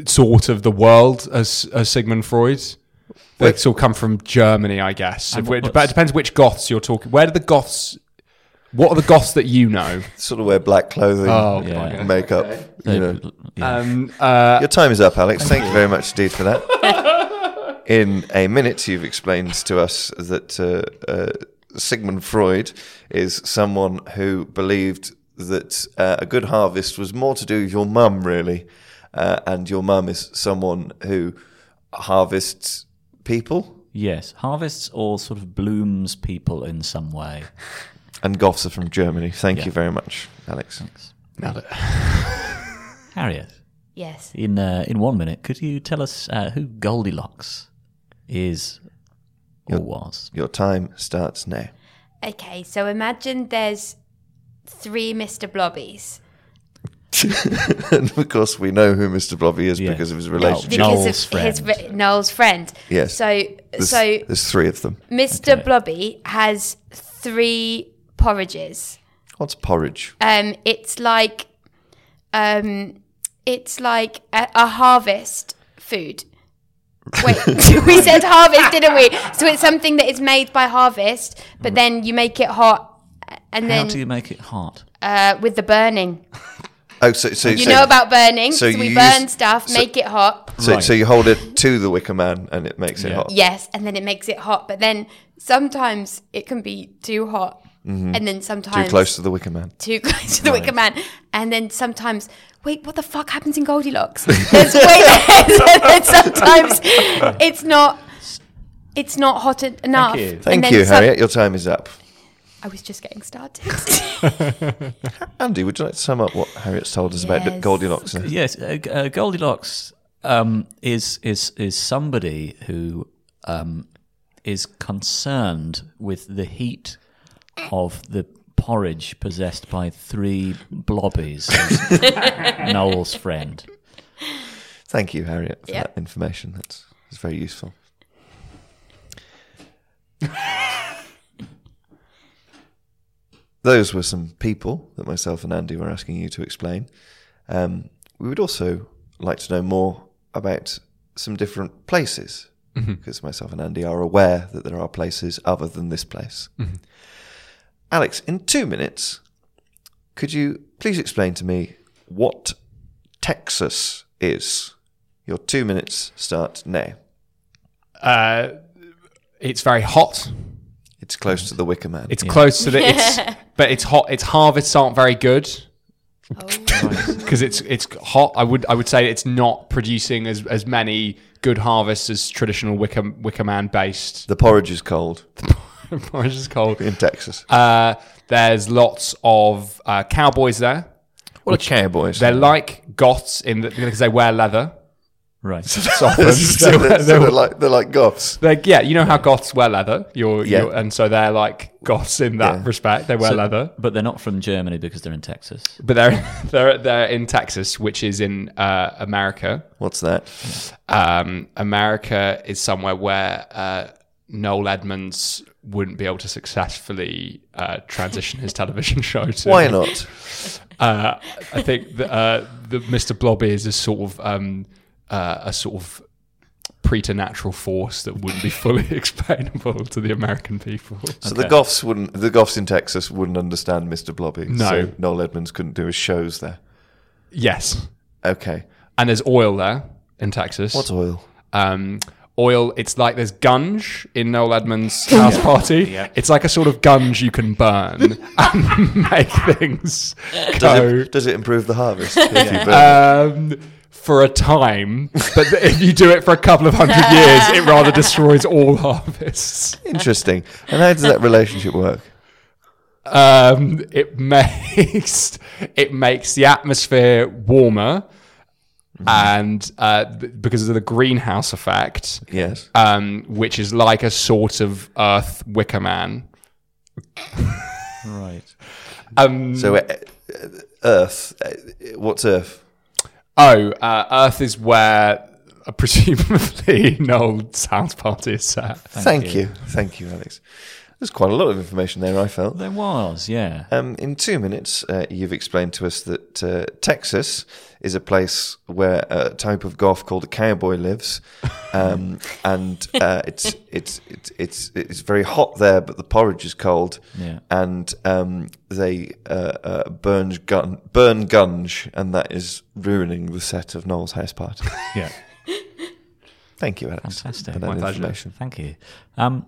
D: sort of the world as, as Sigmund Freud. They all come from Germany, I guess.
B: And
D: It
B: what's-
D: dep- depends which Goths you're talking. Where do the Goths? What are the Goths that you know?
A: sort of wear black clothing,
D: Oh,
B: Yeah.
D: my God.
A: makeup. You know.
B: Yeah.
D: Um, uh,
A: Your time is up, Alex. Thank you very much indeed for that. in a minute, you've explained to us that uh, uh, Sigmund Freud is someone who believed that uh, a good harvest was more to do with your mum, really, uh, and your mum is someone who harvests people.
B: Yes, harvests or sort of blooms people in some way.
A: And Goths are from Germany. Thank
B: Yeah.
A: you very much, Alex.
B: Thanks,
D: Nailed it.
B: Harriet.
C: Yes.
B: In uh, in one minute, could you tell us uh, who Goldilocks is or was?
A: Your time starts now.
C: Okay, so imagine there's three Mr. Blobbies.
A: and of course, we know who Mr. Blobby is
B: Yeah.
A: because of his
B: No,
A: relationship.
B: Noel's
C: because of his
B: friend.
C: re- Noel's friend.
A: Yes.
C: So
A: There's,
C: so
A: there's three of them.
C: Mr. Blobby has three porridges.
A: What's porridge?
C: Um, it's like, um, it's like a, a harvest food. Wait, we said harvest, didn't we? So it's something that is made by harvest, but then you make it hot, and
B: How
C: then
B: do you make it hot?
C: uh, with the burning.
A: Oh, so so
C: You
A: so,
C: know about burning,
A: so
C: so, we
A: you
C: burn
A: use-
C: stuff, make it hot.
A: so,
B: Right.
A: so you hold it to the wicker man and it makes it
B: Yeah.
A: hot.
C: Yes, and then it makes it hot, but then sometimes it can be too hot, and then
A: Mm-hmm. Too
C: sometimes
A: close to the wicker man.
C: too close to the Wicker Man. And then sometimes, wait, what the fuck happens in Goldilocks? There's way less. and then sometimes it's not. It's not hot en- enough.
B: you.
C: And
A: Thank
C: then
A: you,
C: some-
A: Harriet. Your time is up.
C: I was just getting started.
A: Andy, would you like to sum up what Harriet's told us about
C: Yes.
A: Goldilocks? and-
B: Yes, uh, G- uh, Goldilocks um, is is is somebody who um, is concerned with the heat of the porridge possessed by three blobbies, Noel's friend.
A: Thank you, Harriet, for
C: Yep.
A: that information. That's, that's very useful. Those were some people that myself and Andy were asking you to explain. Um, we would also like to know more about some different places, because myself and Andy are aware that there are places other than this place. Alex, in two minutes, could you please explain to me what Texas is? Your two minutes start now.
D: Uh, it's very hot.
A: It's close to the Wicker Man.
D: It's close to the. It's but it's hot. Its harvests aren't very good because it's it's hot. I would I would say it's not producing as, as many good harvests as traditional Wicker Wicker Man based.
A: the porridge is cold
D: Porridge is cold.
A: in Texas.
D: Uh, there's lots of uh, cowboys there.
A: What are cowboys?
D: They're like goths in the, because they wear leather.
B: Right.
D: It's often-
A: so they're, so they're like they're like goths.
D: Like yeah, you know how goths wear leather. You're,
A: Yeah.
D: you're and so they're like goths in that
A: Yeah.
D: respect. They wear leather,
B: But they're not from Germany because they're in Texas.
D: but they're they're they're in Texas, which is in uh, America.
A: What's that?
D: Um, America is somewhere where uh, Noel Edmonds wouldn't be able to successfully uh, transition his television show to.
A: Why not?
D: Uh, I think that uh, the Mr. Blobby is a sort of um, uh, a sort of preternatural force that wouldn't be fully explainable to the American people.
A: So the goths wouldn't. The goths in Texas wouldn't understand Mr. Blobby.
D: No.
A: So Noel Edmonds couldn't do his shows there.
D: Yes,
A: Okay.
D: and there's oil there in Texas.
A: What's oil?
D: um, oil. It's like there's gunge in Noel Edmonds' house party. It's like a sort of gunge you can burn and make things go Oh.
A: Does it, does it improve the harvest? if you burn it?
D: um, for a time. But if you do it for a couple of hundred years, it rather destroys all harvests.
A: Interesting. And how does that relationship work?
D: Um, it makes it makes the atmosphere warmer.
A: Mm-hmm.
D: And uh, b- because of the greenhouse effect,
A: Yes.
D: um, which is like a sort of Earth Wicker Man.
B: Right.
D: Um,
A: So uh, uh, Earth. uh, What's Earth?
D: oh, uh, Earth is where uh, presumably Noel's house party is set.
A: Thank, you. Thank you, Alex. There's quite a lot of information there, I felt.
B: There was, yeah.
A: Um, in two minutes, uh, you've explained to us that uh, Texas is a place where a type of golf called a cowboy lives, um, and uh, it's, it's it's it's it's very hot there, but the porridge is cold,
B: Yeah.
A: and um, they uh, uh, burn gun burn gunge, and that is ruining the set of Noel's house party.
B: Yeah.
A: Thank you, Alex.
B: Fantastic.
A: for that
D: My pleasure.
A: information.
B: Thank you. Um,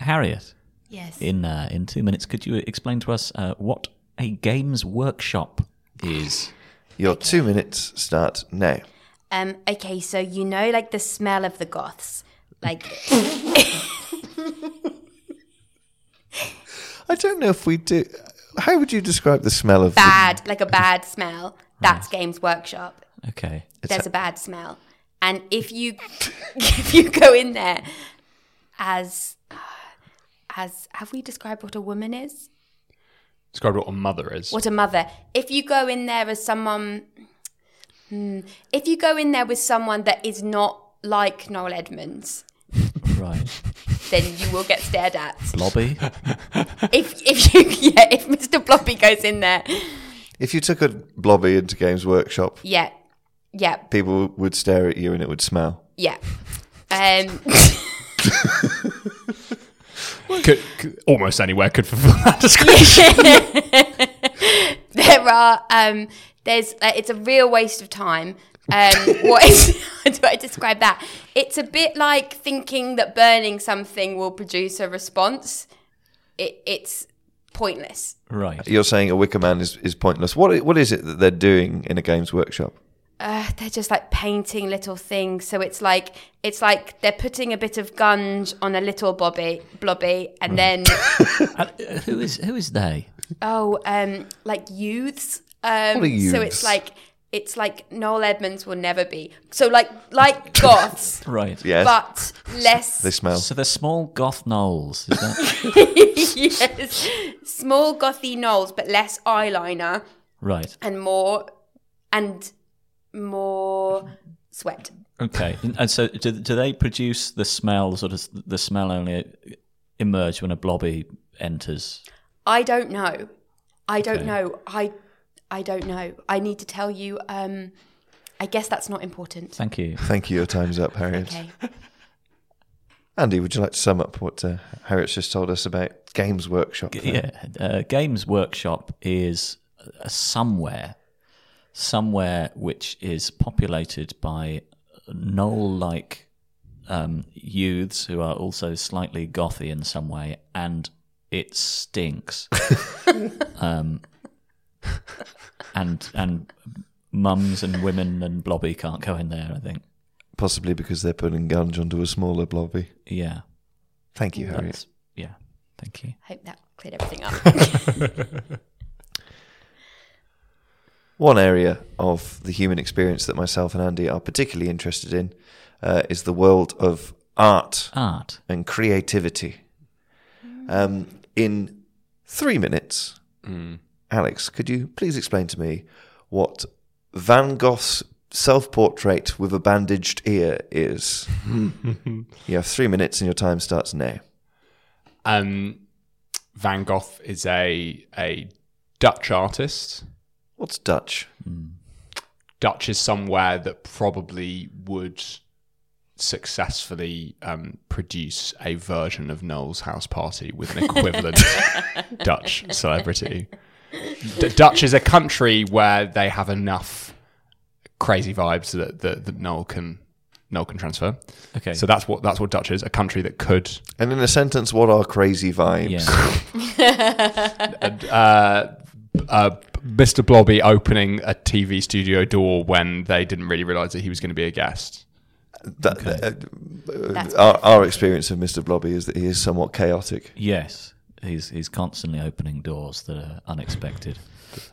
B: Harriet,
C: Yes.
B: in uh, in two minutes, could you explain to us uh, what a games workshop is?
A: Your two minutes start now.
C: Um, okay, so you know, like the smell of the goths, like
A: I don't know if we do. How would you describe the smell of the-
C: bad, like a bad smell. That's Games Workshop.
B: Okay,
C: There's a bad smell, and if you if you go in there as as have we described what a woman is,
D: Describe what a mother is.
C: what a mother. If you go in there as someone, Hmm. if you go in there with someone that is not like Noel Edmonds,
B: right.
C: then you will get stared at.
B: Blobby.
C: If if you yeah, if Mr. Bloppy goes in there,
A: If you took a blobby into Games Workshop,
C: yeah, yeah,
A: people would stare at you and it would smell.
C: yeah. Um,
D: Could, could- almost anywhere could fulfill that description.
C: there are um, there's uh, it's a real waste of time. Um, what is how do I describe that? It's a bit like thinking that burning something will produce a response. It, it's pointless.
B: Right.
A: You're saying a Wicker Man is, is pointless. What i- what is it that they're doing in a Games Workshop?
C: uh, they're just like painting little things. So it's like it's like they're putting a bit of gunge on a little bobby blobby,
A: Mm.
C: and then
B: And, uh, who is who is they?
C: oh, um, like youths. Um,
A: What are
C: So
A: youths?
C: it's like it's like Noel Edmonds will never be. So like like goths,
B: Right.
A: Yes,
C: but less
A: they smell.
B: So they're small goth gnolls. Is that
C: yes, small gothy Noels, but less eyeliner
B: right?
C: and more and more sweat.
B: Okay. And, and so do, do they produce the smell? Sort of the smell only emerge when a blobby enters.
C: I don't know. I don't
B: Okay.
C: know. I I don't know. I need to tell you. Um, I guess that's not important.
B: Thank you.
A: Thank you. Your time's up, Harriet.
C: Okay.
A: Andy, would you like to sum up what uh, Harriet's just told us about Games Workshop?
B: G-
A: then?
B: Yeah, uh, Games Workshop is uh, somewhere, somewhere which is populated by Knoll-like um, youths who are also slightly gothy in some way, and it stinks. um, and and mums and women and blobby can't go in there. I think.
A: Possibly because they're putting Gunge onto a smaller blobby.
B: Yeah.
A: Thank you, Harriet.
B: That's, yeah. Thank you.
C: Hope that cleared everything up.
A: One area of the human experience that myself and Andy are particularly interested in uh, is the world of art.
B: Art.
A: and creativity. Um, in three minutes, Alex, could you please explain to me what Van Gogh's self portrait with a bandaged ear is. you have three minutes and your time starts now.
D: Um, Van Gogh is a a Dutch artist.
A: What's Dutch?
D: Dutch is somewhere that probably would successfully um, produce a version of Noel's house party with an equivalent Dutch celebrity. D- Dutch is a country where they have enough crazy vibes that, that, that Noel can Noel can transfer.
B: Okay.
D: So that's what that's what Dutch is, a country that could
A: And in a sentence, what are crazy vibes?
B: Yeah.
D: uh, Mr. Blobby opening a TV studio door when they didn't really realize that he was going to be a guest.
A: That, uh, uh, our, our experience of Mr. Blobby is that he is somewhat chaotic.
B: Yes, he's he's constantly opening doors that are unexpected.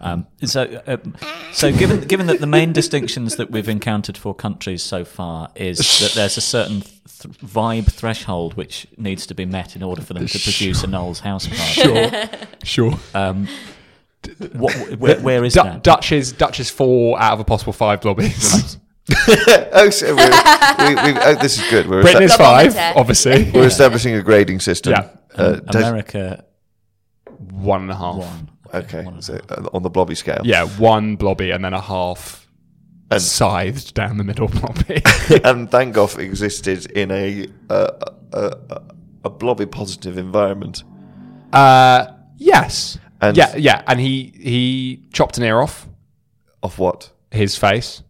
B: Um, so, um, so given given that the main distinctions that we've encountered for countries so far is that there's a certain th- vibe threshold which needs to be met in order for them to produce a Knowles house party.
D: Sure.
B: What, where, where is
D: Du-
B: that?
D: Dutch is Dutch is four out of a possible five blobbies.
A: Oh, so we're, we, we, oh this is good. We're,
D: Britain is
A: esta-
D: five,
C: Thermometer.
D: obviously.
A: we're establishing a grading system.
D: Yeah.
A: Uh, does-
B: America
D: One and a half.
B: one.
A: okay,
B: and a
A: so uh, on the Blobby scale.
D: Yeah, one blobby and then a half
A: And-
D: scythed down the middle blobby.
A: and Van Gogh existed in a uh, a, a, a blobby positive environment.
D: uh, yes.
A: And-
D: yeah, yeah. And he he chopped an ear off
A: Of what?
D: his face.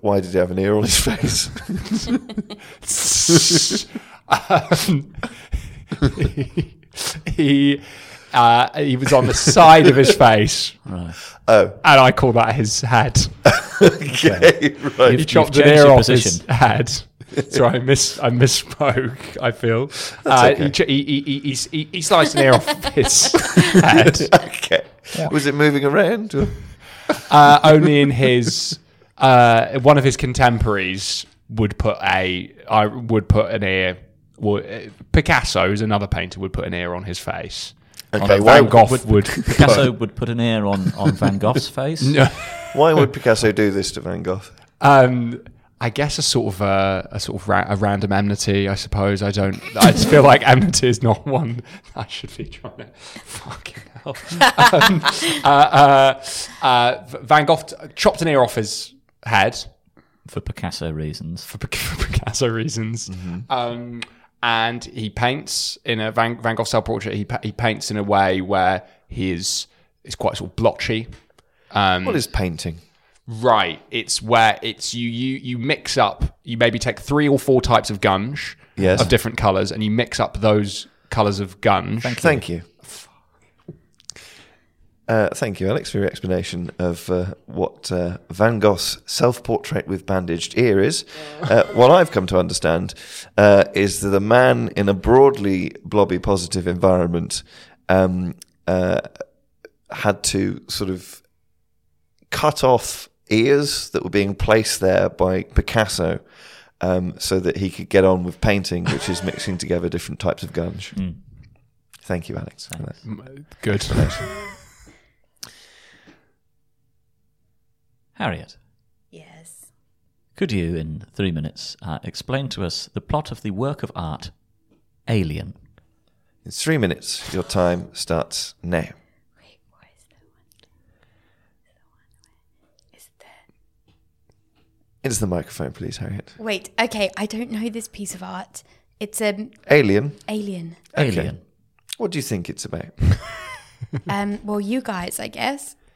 A: Why did he have an ear on his face?
D: um, he uh, he was on the side of his face.
A: Oh.
D: and I call that his head.
A: okay, right.
D: He
B: You've
D: chopped an
B: changed
D: ear
B: your
D: off his
B: position.
D: head. So I miss I misspoke. I feel uh,
A: okay.
D: he, ch- he, he, he, he- he, he sliced an ear off his head.
A: okay. Was it moving around?
D: uh, only in his uh, one of his contemporaries would put a I would put an ear. Well, uh, Picasso, who's another painter, would put an ear on his face.
A: Okay,
D: Van
A: why,
D: Gogh would,
B: Picasso would put an ear on, on Van Gogh's face.
A: why would Picasso do this to Van Gogh?
D: um, I guess a sort of uh, a sort of ra- a random enmity. I suppose I don't. I just feel like enmity is not one I should be trying to fucking hell. um, uh, uh, uh, Van Gogh t- chopped an ear off his head.
B: For Picasso reasons.
D: for, Pic- for Picasso reasons. Um, and he paints in a Van, Van Gogh self portrait. He, pa- he paints in a way where he is is quite sort of blotchy. Um,
A: What is painting?
D: right, it's where it's you you you mix up. You maybe take three or four types of gunge
A: Yes.
D: of different colors, and you mix up those colors of gunge.
A: Thank you. Uh, thank you, Alex, for your explanation of uh, what uh, Van Gogh's self portrait with bandaged ear is. Uh, what I've come to understand uh, is that a man in a broadly blobby positive environment um, uh, had to sort of cut off ears that were being placed there by Picasso um, so that he could get on with painting, which is mixing together different types of gunge. Thank you, Alex. for that.
D: Good.
B: Harriet,
C: Yes.
B: could you, in three minutes, uh, explain to us the plot of the work of art Alien?
A: In three minutes, your time starts now. Into the microphone, please, Harriet.
C: Wait. Okay. I don't know this piece of art. It's an
A: Alien,
C: alien.
B: Alien.
A: what do you think it's about?
C: Um. Well, you guys, I guess.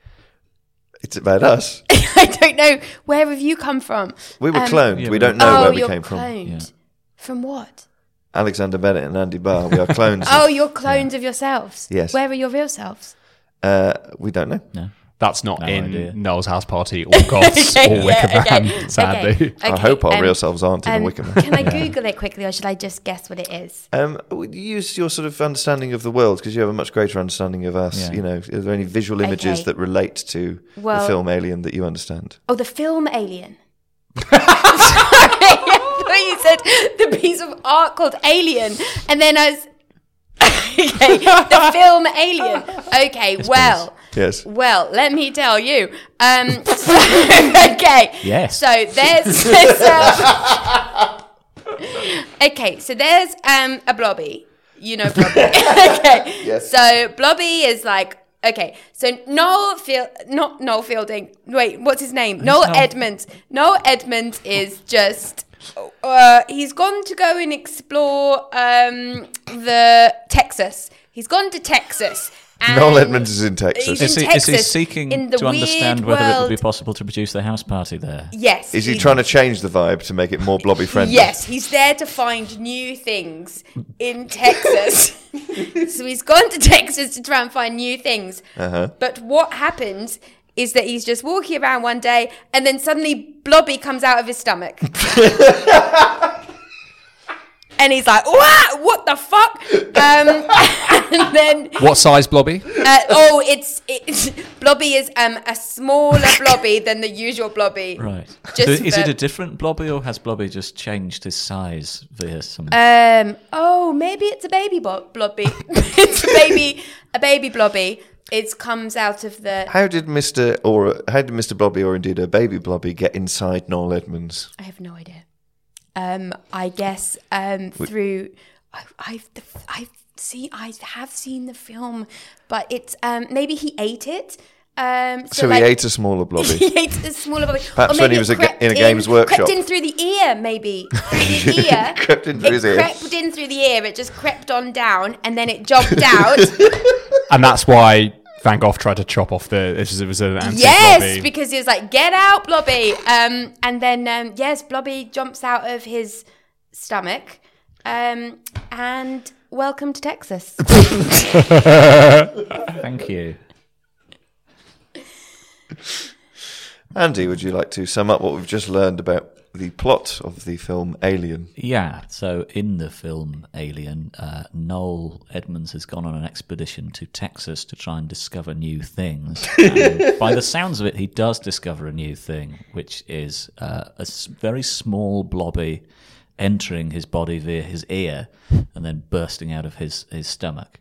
A: It's about us.
C: I don't know. Where have you come from?
A: We were
C: Um,
A: cloned.
B: Yeah,
A: we
B: we-
A: don't know
C: oh,
A: where we
C: you're
A: came from.
C: cloned. From what?
A: Alexander Bennett and Andy Barr, we are clones. of-
C: Oh, you're clones of yourselves.
A: Yes.
C: Where are your real selves?
A: uh, we don't know.
B: No.
D: That's not
B: No
D: in
B: idea.
D: Noel's house party or Goth's or Wickerman, sadly.
A: I hope our real selves aren't in a Wickham.
C: um, Can I Google it quickly, or should I just guess what it is?
A: Um, would you use your sort of understanding of the world because you have a much greater understanding of us.
B: Yeah.
A: You know, are there any visual images
C: Okay.
A: that relate to the
C: Well-
A: film Alien that you understand?
C: Oh, the film Alien. Sorry, I thought you said the piece of art called Alien, and then I was okay. The film Alien. Okay, well,
A: Yes.
C: Well, let me tell you. Um, so, okay.
B: Yes.
C: So there's. so- okay, so there's um, a blobby. You know blobby. okay.
A: Yes.
C: So blobby is like. Okay, so Noel Field, not Noel Fielding. Wait, what's his name? Noel Edmonds. Noel Edmonds is just. Uh, he's gone to go and explore um, the Texas. He's gone to Texas. and-
A: Noel Edmonds is in Texas.
C: He's in
B: Is he, is he
C: Texas,
B: seeking
C: in the
B: to understand
C: weird
B: whether it
C: world-
B: would be possible to produce the house party there?
C: Yes.
A: Is he trying to change the vibe to make it more blobby friendly?
C: Yes, he's there to find new things in Texas. so he's gone to Texas to try and find new things.
A: Uh-huh.
C: But what happens is that he's just walking around one day and then suddenly Blobby comes out of his stomach. and he's like, "What? What the fuck?" Um, and then
D: What size blobby?
C: uh, oh, it's, it's Blobby is um, a smaller Blobby than the usual Blobby.
B: Right.
C: Just
B: So is it
C: for-
B: a different Blobby, or has Blobby just changed his size via some?
C: Um. Oh, maybe it's a baby bo- blobby. it's a baby, a baby blobby. It comes out of the.
A: How did Mister or how did Mister Blobby or indeed a baby Blobby get inside Noel Edmonds?
C: I have no idea. Um. I guess. Um. Through. I, I've. The, I've seen. I have seen the film, but it's. Um. Maybe he ate it. Um. So,
A: So,
C: like,
A: he ate a smaller Blobby.
C: He ate a smaller blobby. Or
A: Perhaps when
C: maybe
A: he
C: it
A: was a ga-
C: crept
A: in a Games Workshop.
C: Crept in through the ear, maybe. Through the ear.
A: Crept in through
C: it
A: his ear.
C: crept in through the ear. It just crept on down, and then it jobbed out.
D: And that's why Van Gogh tried to chop off the. This was, it was an antique
C: Yes,
D: lobby.
C: because he was like, "Get out, Blobby!" Um, and then um, yes, Blobby jumps out of his stomach, um, and welcome to Texas.
B: Thank you.
A: Andy, would you like to sum up what we've just learned about the plot of the film Alien?
B: Yeah. So in the film Alien, uh, Noel Edmonds has gone on an expedition to Texas to try and discover new things. And by the sounds of it, he does discover a new thing, which is uh, a s- very small blobby entering his body via his ear and then bursting out of his, his stomach.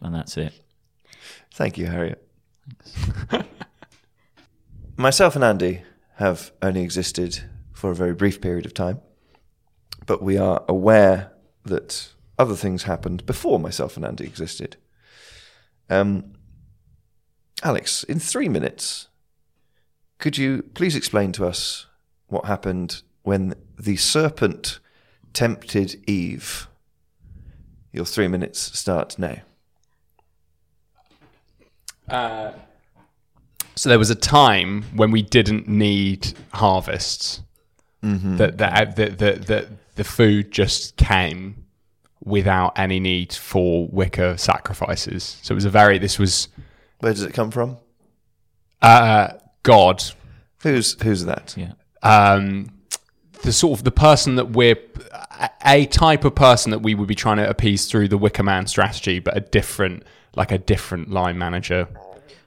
B: and that's it.
A: Thank you, Harriet. Myself and Andy have only existed for a very brief period of time, but we are aware that other things happened before myself and Andy existed. Um, Alex, in three minutes, could you please explain to us what happened when the serpent tempted Eve? Your three minutes start now.
D: So there was a time when we didn't need harvests.
B: Mm-hmm.
D: That that that that that the food just came without any need for wicker sacrifices. So it was a very. This was
A: Where does it come from?
D: uh, God
A: Who's who's that?
B: Yeah.
D: um, the sort of the person that we're a- a type of person that we would be trying to appease through the Wicker Man strategy, but a different like a different line manager.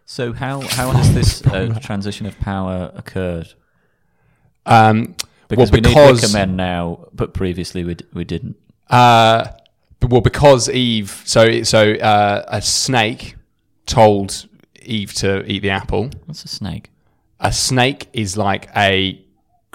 B: So how, how has this uh, transition of power occurred?
D: Um,
B: Because,
D: well,
B: we need
D: because
B: Wicker Men now, but previously we, d- we didn't.
D: uh, well, because Eve. So so uh, a snake told Eve to eat the apple.
B: What's a snake?
D: A snake is like a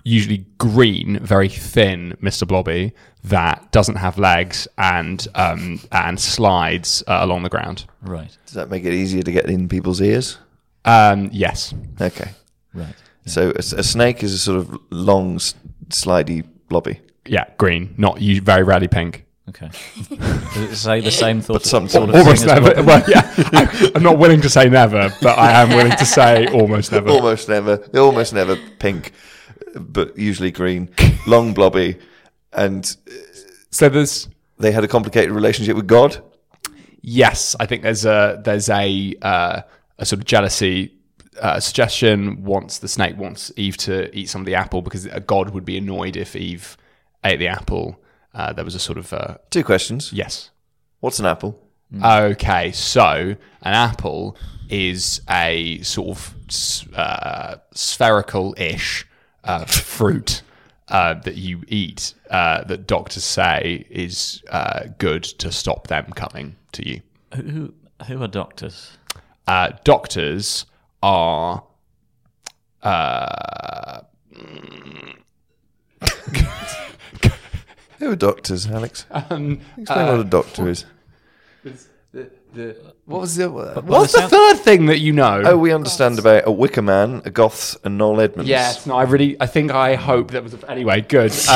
D: usually green, very thin Mr. Blobby that doesn't have legs and um, and slides uh, along the ground.
B: Right.
A: Does that make it easier to get in people's ears?
D: Um, yes.
A: Okay.
B: Right.
A: So a, s- a snake is a sort of long, s- slidey blobby,
D: Yeah, green. Not you. Very rarely pink.
B: Okay. Does it say the same thought?
A: some
B: sort of
D: Almost
B: thing as
D: never.
B: well?
D: Well, yeah. I, am not willing to say never, but I am willing to say almost never.
A: almost never, almost never pink, but usually green, long blobby, and
D: So there's
A: they had a complicated relationship with God.
D: yes. I think there's a there's a uh, a sort of jealousy uh, suggestion. Wants the snake wants Eve to eat some of the apple because a god would be annoyed if Eve ate the apple. Uh, there was a sort of uh,
A: Two questions.
D: yes.
A: What's an apple?
D: Okay, so an apple is a sort of s- uh, spherical-ish uh, fruit uh, that you eat uh, that doctors say is uh, good to stop them coming to you.
B: Who, who are doctors?
D: uh, doctors are. Uh,
A: Who are doctors, Alex?
D: um,
A: Explain what a doctor is.
D: what was the, what's the third thing that you know?
A: Oh, we understand about a Wicker Man, a Goths, and Noel Edmonds.
D: Yes, no, I really, I think I hope that was a, anyway. Good. Um,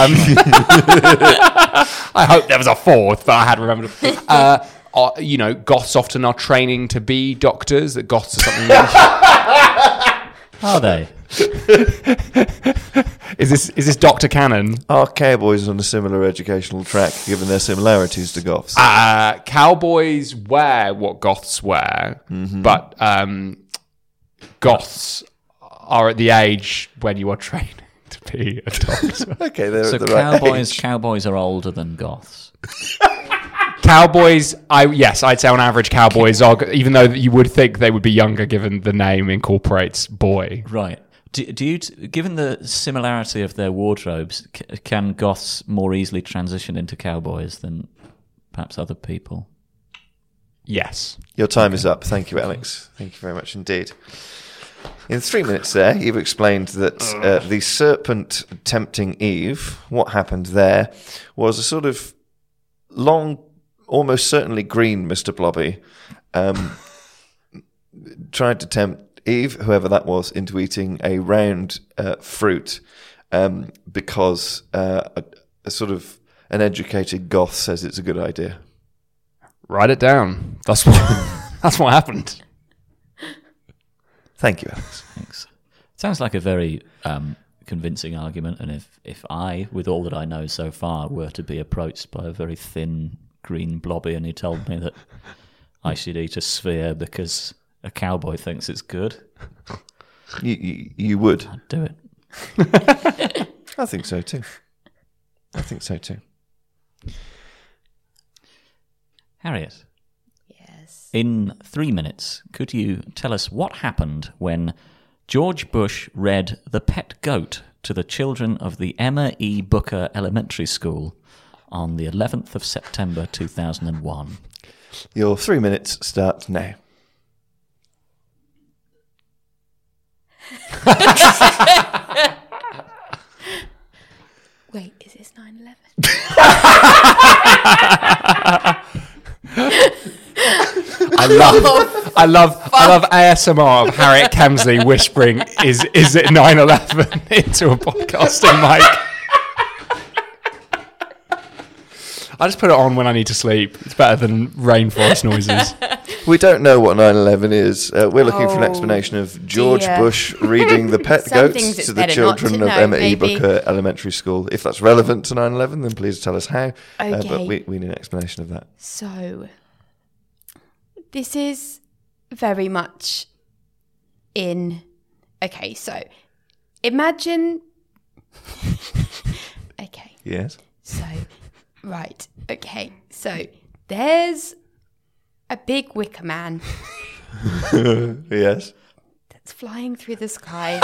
D: I hope there was a fourth, but I had remembered. Uh, uh, you know, goths often are training to be doctors. That goths are something. that-
B: Are they?
D: is this is this Doctor Cannon?
A: Are cowboys on a similar educational track, given their similarities to Goths?
D: Uh, cowboys wear what goths wear, but um, goths are at the age when you are training to be a doctor.
A: okay, they're
B: So
A: at the
B: cowboys,
A: right age.
B: cowboys are older than goths.
D: Cowboys, I yes, I'd say on average, cowboys are. g- Even though you would think they would be younger, given the name incorporates boy.
B: Right. Do, do you, t- given the similarity of their wardrobes, c- can goths more easily transition into cowboys than perhaps other people?
D: Yes,
A: Your time is up. Thank you, Alex. Thank you very much indeed. In three minutes, there, you've explained that uh, the serpent tempting Eve, what happened there was a sort of long, almost certainly green Mr. Blobby um, tried to tempt Eve, whoever that was, into eating a round uh, fruit um, because uh, a, a sort of an educated goth says it's a good idea.
D: write it down. That's what. that's what happened.
A: Thank you, Alex.
B: Thanks. Sounds like a very um, convincing argument. And if, if I, with all that I know so far, were to be approached by a very thin green blobby and he told me that I should eat a sphere because a cowboy thinks it's good,
A: You, you, you would.
B: I'd do it.
A: I think so too. I think so too.
B: Harriet. Yes. In three minutes, could you tell us what happened when George Bush read The Pet Goat to the children of the Emma E. Booker Elementary School on the 11th of September 2001?
A: Your three minutes starts now.
C: Wait, is this 9 11?
D: I love. I love. I love ASMR of Harriet Kemsley whispering, "Is is it 9/11 into a podcasting mic? I just put it on when I need to sleep. It's better than rainforest noises.
A: We don't know what 9 11 is. Uh, we're looking for an
C: Oh,
A: explanation of George
C: dear.
A: Bush reading The Pet
C: Some things
A: Goats
C: it's
A: to the
C: better not
A: children
C: to
A: of
C: know,
A: Emma E.
C: maybe.
A: Booker Elementary School. If that's relevant to 9 11, then please tell us how. Uh, but
C: Okay.
A: we, we need an explanation of that.
C: So, this is very much in. Okay, so imagine. okay,
A: Yes.
C: so, right, okay, so there's a big wicker man
A: Yes.
C: that's flying through the sky.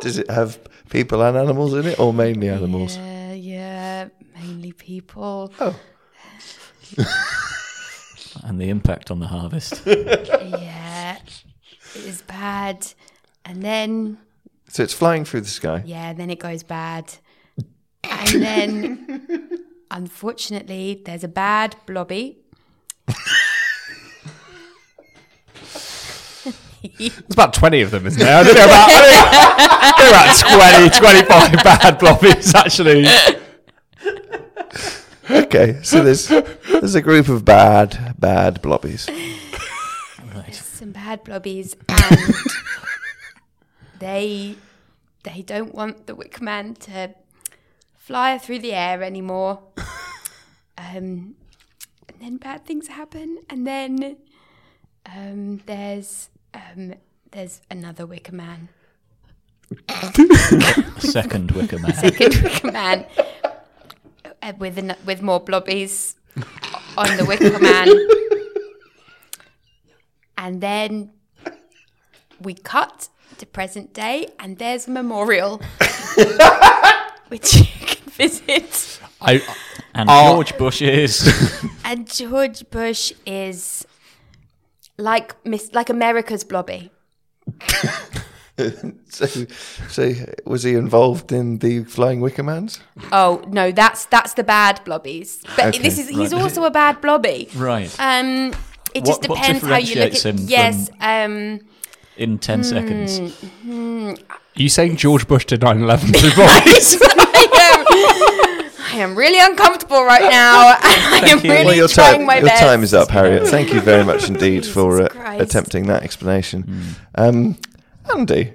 A: Does it have people and animals in it, or mainly animals?
C: yeah, yeah, mainly people.
B: And the impact on the harvest.
C: Yeah, it is bad. And then
A: So it's flying through the sky.
C: Yeah, and then it goes bad. And then, unfortunately, there's a bad blobby.
D: There's about 20 of them, isn't there? I think there are about, I think there are about 20, 25 bad blobbies, actually.
A: Okay, so there's there's a group of bad, bad blobbies.
C: Some bad blobbies, and they they don't want the Wicker Man to fly through the air anymore. Um, and then bad things happen, and then um, there's um, there's another Wicker Man.
B: Second Wicker Man.
C: second Wicker Man uh, with an, with more blobbies on the Wicker Man, and then we cut to present day, and there's a memorial which you can visit.
D: I,
B: And
D: Oh.
B: George Bush is.
C: And George Bush is like Miss, like America's Blobby.
A: so, so was he involved in the Flying Wickermans?
C: Oh no, that's that's the bad blobbies. But
A: Okay,
C: this is he's also a bad blobby.
B: Right.
C: Um, it
B: What-
C: just
B: what
C: depends how you look
B: differentiates
C: at.
B: him
C: yes.
B: from-
C: Um,
B: in 10 seconds.
D: you saying George Bush did 9 11 through bodies?
C: I, am, I am really uncomfortable right now. I am
B: you.
C: really
A: Well, your
C: trying
A: time,
C: my
A: your
C: best.
A: time is up, Harriet. Thank you very much indeed for uh,
C: Christ.
A: attempting that explanation. Um, Andy,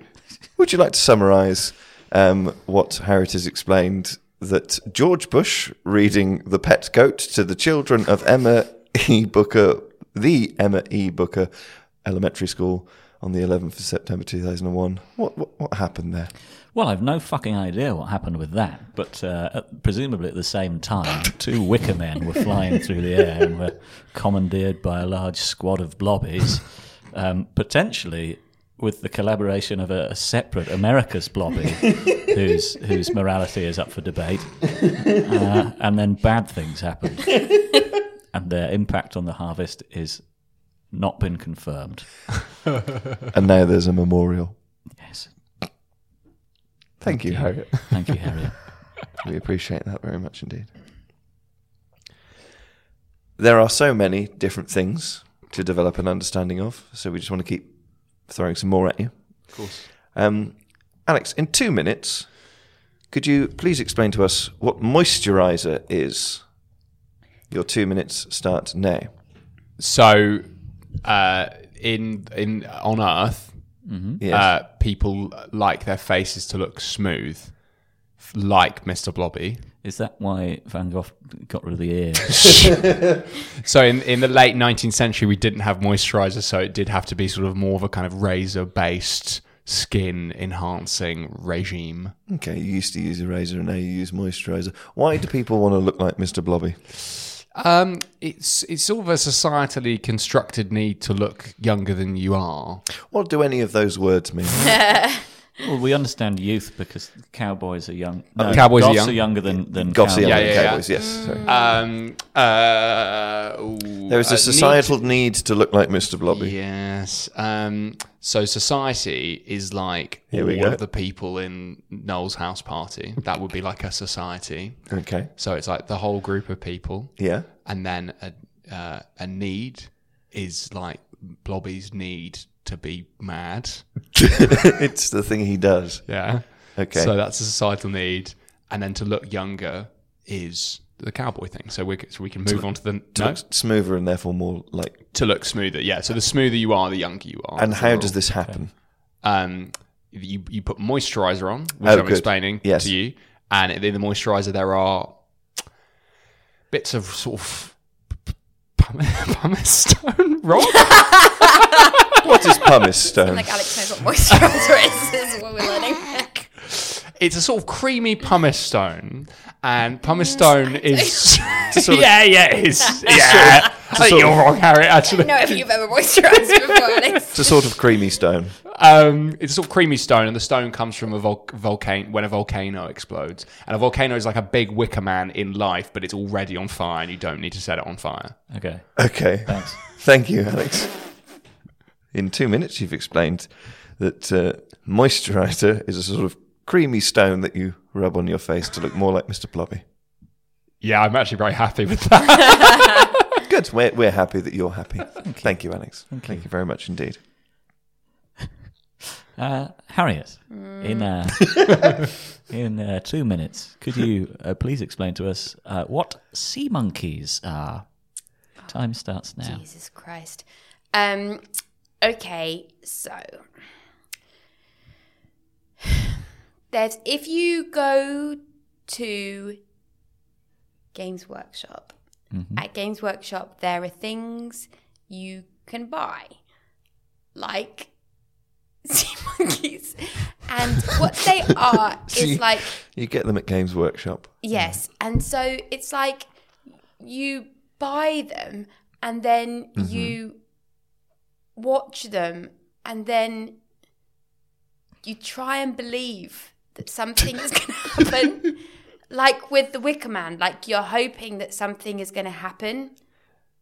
A: would you like to summarise um, what Harriet has explained that George Bush reading The Pet Goat to the children of Emma E. Booker, the Emma E. Booker Elementary School on the 11th of September 2001? What, what, what happened there?
B: Well, I've no fucking idea what happened with that, but uh, at- presumably at the same time, two wicker men were flying through the air and were commandeered by a large squad of blobbies, um, potentially with the collaboration of a, a separate America's blobby, whose whose morality is up for debate, uh, and then bad things happened, and their impact on the harvest is not been confirmed.
A: And now there's a memorial.
B: Yes,
A: Thank you, Harriet.
B: thank you, Harriet.
A: We appreciate that very much indeed. There are so many different things to develop an understanding of, so we just want to keep throwing some more at you. Of course. Um, Alex, in two minutes, could you please explain to us what moisturizer is? Your two minutes start now.
D: so, uh, in in on Earth,
A: Yes.
D: uh, people like their faces to look smooth, f- like Mr. Blobby.
B: Is that why Van Gogh got rid of the ear?
D: So in, in the late 19th century, we didn't have moisturizer, so it did have to be sort of more of a kind of razor based skin enhancing regime.
A: okay, you used to use a razor and now you use moisturizer. Why do people want to look like Mr. Blobby?
D: Um, it's it's sort of a societally constructed need to look younger than you are.
A: What do any of those words mean?
B: Well, we understand youth because cowboys are young. No,
D: Uh, Cowboys are
B: goths
D: young.
B: younger than than
A: Gossy
B: cowboys.
D: Yeah,
A: yeah,
D: yeah, yeah.
A: Cowboys, yes. sorry.
D: Um, uh, ooh,
A: There is
D: uh,
A: a
D: need
A: societal need to look like Mr. Blobby.
D: Yes. Um, so society is like
A: Here
D: all
A: we go.
D: of the people in Noel's house party. That would be like a society.
A: Okay.
D: So it's like the whole group of people,
A: Yeah.
D: and then a uh, a need is like Blobby's need to be mad.
A: it's the thing he does.
D: Yeah.
A: Okay.
D: So that's a societal need, and then to look younger is the cowboy thing. So we c- so we can move on to the
A: To
D: no,
A: look smoother and therefore more like.
D: to look smoother. Yeah. So the smoother you are, the younger you are.
A: And
D: as a
A: how
D: rule.
A: does this happen?
D: um, you you put moisturizer on, which
A: Oh,
D: I'm
A: good.
D: explaining
A: Yes.
D: to you, and in the moisturizer there are bits of sort of pumice, pumice stone rock.
A: What is pumice stone?
C: Like Alex knows what moisturizer is. Is what we're learning.
D: it's a sort of creamy pumice stone, and pumice stone is yeah, yeah, it is yeah. I think you're wrong, Harry. Actually,
C: No, if you've ever moisturized before, Alex.
A: it's a sort of creamy stone.
D: um, it's a sort of creamy stone, and the stone comes from a vol- volcano when a volcano explodes. And a volcano is like a big wicker man in life, but it's already on fire, and you don't need to set it on fire.
B: Okay.
A: Okay.
B: Thanks.
A: Thank you, Alex. In two minutes, you've explained that uh, moisturizer is a sort of creamy stone that you rub on your face to look more like Mr. Blobby.
D: Yeah, I'm actually very happy with that.
A: Good. We're, we're happy that you're happy. Thank you, Alex. Thank, you very much indeed.
B: Uh, Harriet,
C: Mm.
B: in uh, in uh, two minutes, could you uh, please explain to us uh, what sea monkeys are? Time starts now.
C: Jesus Christ. Um, okay, so there's if you go to Games Workshop. At Games Workshop, there are things you can buy, like sea monkeys, and what they are
A: See-
C: is like
A: You get them at Games Workshop.
C: Yes. And so it's like you buy them and then you watch them and then you try and believe that something is going to happen like with the Wicker Man, like you're hoping that something is going to happen.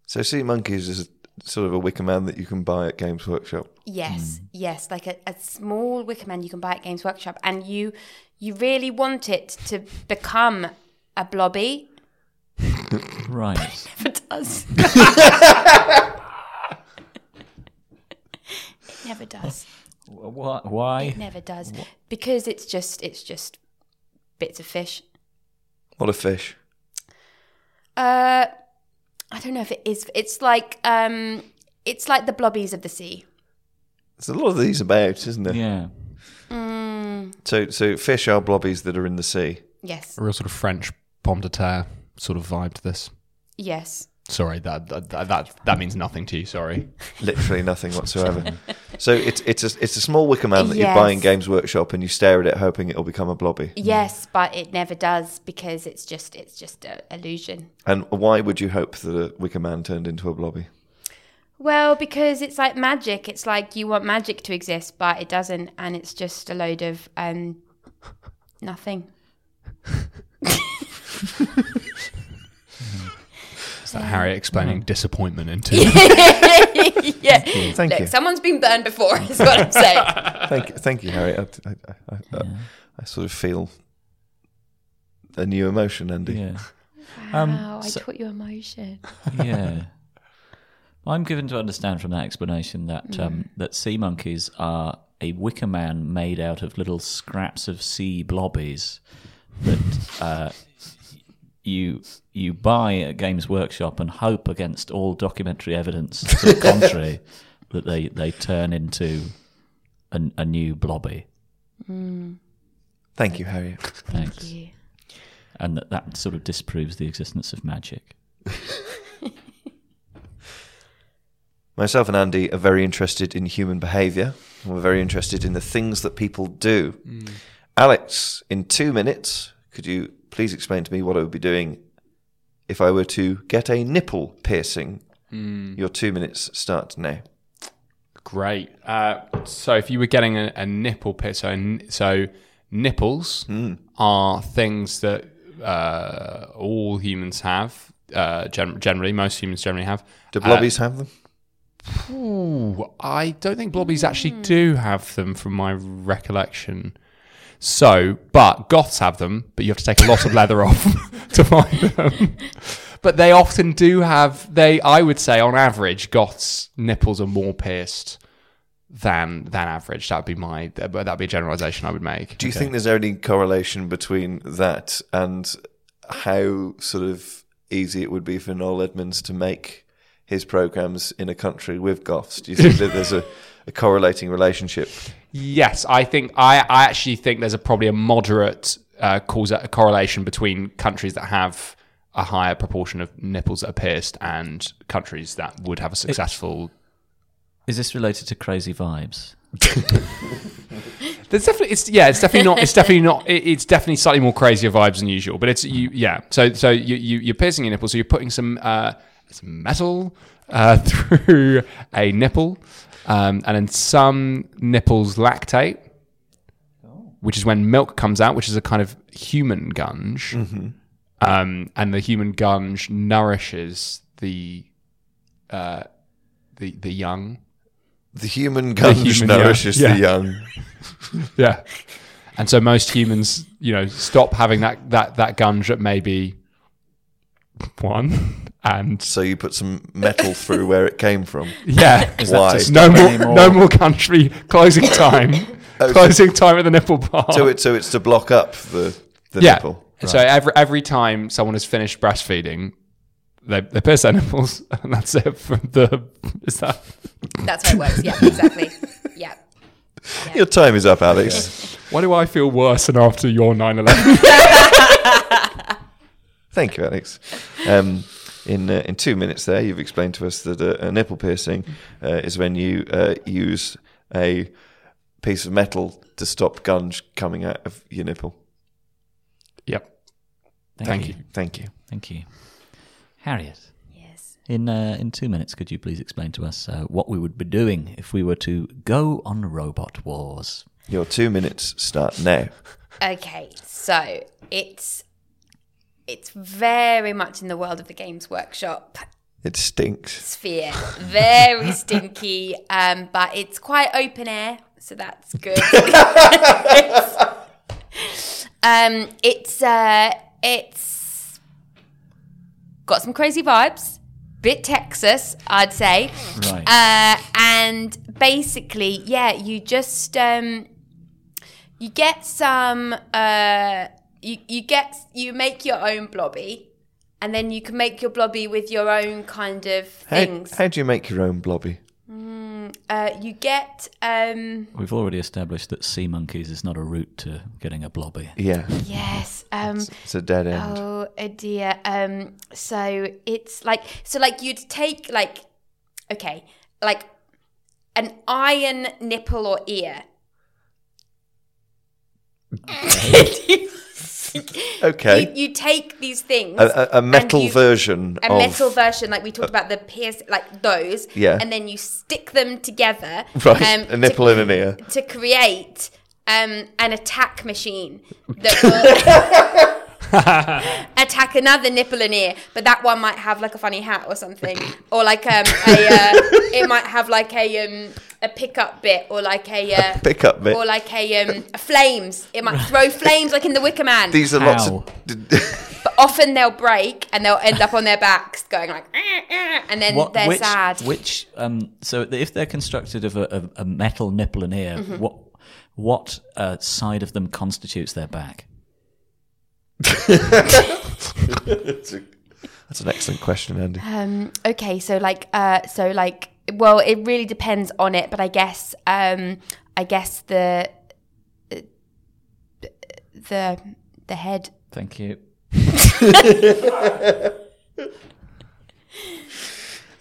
A: So Sea Monkeys is sort of a Wicker Man that you can buy at Games Workshop.
C: Yes, yes, like a, a small Wicker Man you can buy at Games Workshop, and you you really want it to become a blobby.
B: Right.
C: If it does, it never does.
B: Why? Why?
C: It never does because it's just it's just bits of fish.
A: What a fish.
C: Uh, I don't know if it is. It's like um, it's like the blobbies of the sea.
A: There's a lot of these about, isn't there?
B: Yeah.
A: So, so fish are blobbies that are in the sea.
C: Yes,
D: A real sort of French bomb de terre sort of vibe to this.
C: yes.
D: Sorry, that that that that, that means nothing to you. Sorry.
A: Literally nothing whatsoever. so it's it's a it's a small Wicker Man that you
C: Yes.
A: buy in Games Workshop and you stare at it hoping it'll become a blobby.
C: Yes, but it never does because it's just it's just a illusion.
A: And why would you hope that a Wicker Man turned into a blobby?
C: Well, because it's like magic. It's like you want magic to exist, but it doesn't, and it's just a load of um, nothing.
D: Is that Harry explaining disappointment into?
C: yeah,
A: Thank
C: look,
A: you.
C: someone's been burned before. Is what I'm saying.
A: Thank thank you, Harry. I, I, I, I, I sort of feel a new emotion, Andy.
B: Yeah. Um,
A: Um,
C: wow, I taught you emotion.
B: yeah. I'm given to understand from that explanation that um, that sea monkeys are a wicker man made out of little scraps of sea blobbies that uh, you you buy at Games Workshop and hope against all documentary evidence to the contrary that they, they turn into an, a new blobby.
A: Thank you, Harry.
B: Thanks. And that, that sort of disproves the existence of magic.
A: Myself and Andy are very interested in human behaviour. and We're very interested in the things that people do. Alex, in two minutes, could you please explain to me what I would be doing if I were to get a nipple piercing? Your two minutes start now.
D: Great. Uh, so if you were getting a, a nipple piercing, so, n- so nipples are things that uh, all humans have. Uh, gen- generally, most humans generally have. Uh,
A: Do blobbies have them?
D: Ooh, I don't think blobbies actually do have them from my recollection. So, but goths have them, but you have to take a lot of leather off to find them. But they often do have they I would say on average goths nipples are more pierced than than average. That would be my that would be a generalization I would make.
A: Do you think there's any correlation between that and how sort of easy it would be for Noel Edmonds to make his programs in a country with goths? Do you think that there's a, a correlating relationship?
D: Yes, I think I, I actually think there's a probably a moderate uh, cause a correlation between countries that have a higher proportion of nipples that are pierced and countries that would have a successful.
B: Is this related to crazy vibes?
D: There's definitely it's yeah it's definitely not it's definitely not it, it's definitely slightly more crazier vibes than usual. But it's you yeah so so you, you you're piercing your nipple so you're putting some uh, some metal uh, through a nipple um, and then some nipples lactate. which is when milk comes out, which is a kind of human gunge. Um, and the human gunge nourishes the uh, the the young.
A: The human gun
D: human young.
A: nourishes
D: Yeah.
A: the young.
D: Yeah. And so most humans, you know, stop having that that that gunge at maybe one and
A: So you put some metal through where it came from.
D: yeah,
A: Why? just
D: no more no more country closing time, closing time at the nipple bar.
A: So it's so it's to block up the the nipple.
D: So every every time someone has finished breastfeeding, they they pierce their nipples, and that's it for the. Is that
C: That's how it works. Yeah, exactly. Yeah.
A: Your time is up, Alex.
D: why do I feel worse than after your 9-11?
A: Thank you, Alex. Um, in uh, in two minutes, there you've explained to us that a, a nipple piercing uh, is when you uh, use a piece of metal to stop gunge coming out of your nipple.
D: yep.
B: Thank,
D: Thank you.
A: Thank you.
B: Thank you. Harriet. Yes. In, uh, in two minutes, could you please explain to us uh, what we would be doing if we were to go on robot wars?
A: Your two minutes start now.
C: Okay, so it's it's very much in the world of the Games Workshop
A: It stinks.
C: sphere. Very stinky, um, but it's quite open air, so that's good. um, it's uh, it's got some crazy vibes, bit Texas, I'd say.
B: Right.
C: Uh, and basically, yeah, you just um, you get some uh, you you get you make your own blobby. And then you can make your blobby with your own kind of
A: How,
C: things.
A: how do you make your own blobby?
C: Uh, you get um,
B: We've already established that sea monkeys is not a route to getting a blobby.
A: Yeah,
C: yes. Um,
A: it's a dead end.
C: oh uh, dear. Um, so it's like so like you'd take like okay like an iron nipple or ear.
A: Okay.
C: Oh. You, you take these things.
A: A, a, a
C: and
A: metal
C: you-
A: version
C: a
A: of Uh,
C: metal version, like we talked about the pierce, like those.
A: Yeah.
C: And then you stick them together. um,
A: Right, a
C: to-
A: nipple and an ear.
C: To create um, an attack machine that will attack another nipple and ear, but that one might have like a funny hat or something, or like um, a uh, it might have like a um, a pickup bit or like a, uh,
A: A pickup bit.
C: or like a, um, a flames. It might throw flames like in the Wicker Man.
A: These are lots
B: Ow.
A: of.
C: But often they'll break and they'll end up on their backs going like, "Eh, eh," and then
B: What-
C: they're
B: which,
C: sad.
B: Which um, so if they're constructed of a, of a metal nipple and ear,
C: Mm-hmm.
B: what what uh, side of them constitutes their back?
A: That's an excellent question, Andy.
C: Um, okay, so like, uh, so like, well, it really depends on it, but I guess, um, I guess the the the head.
B: Thank you.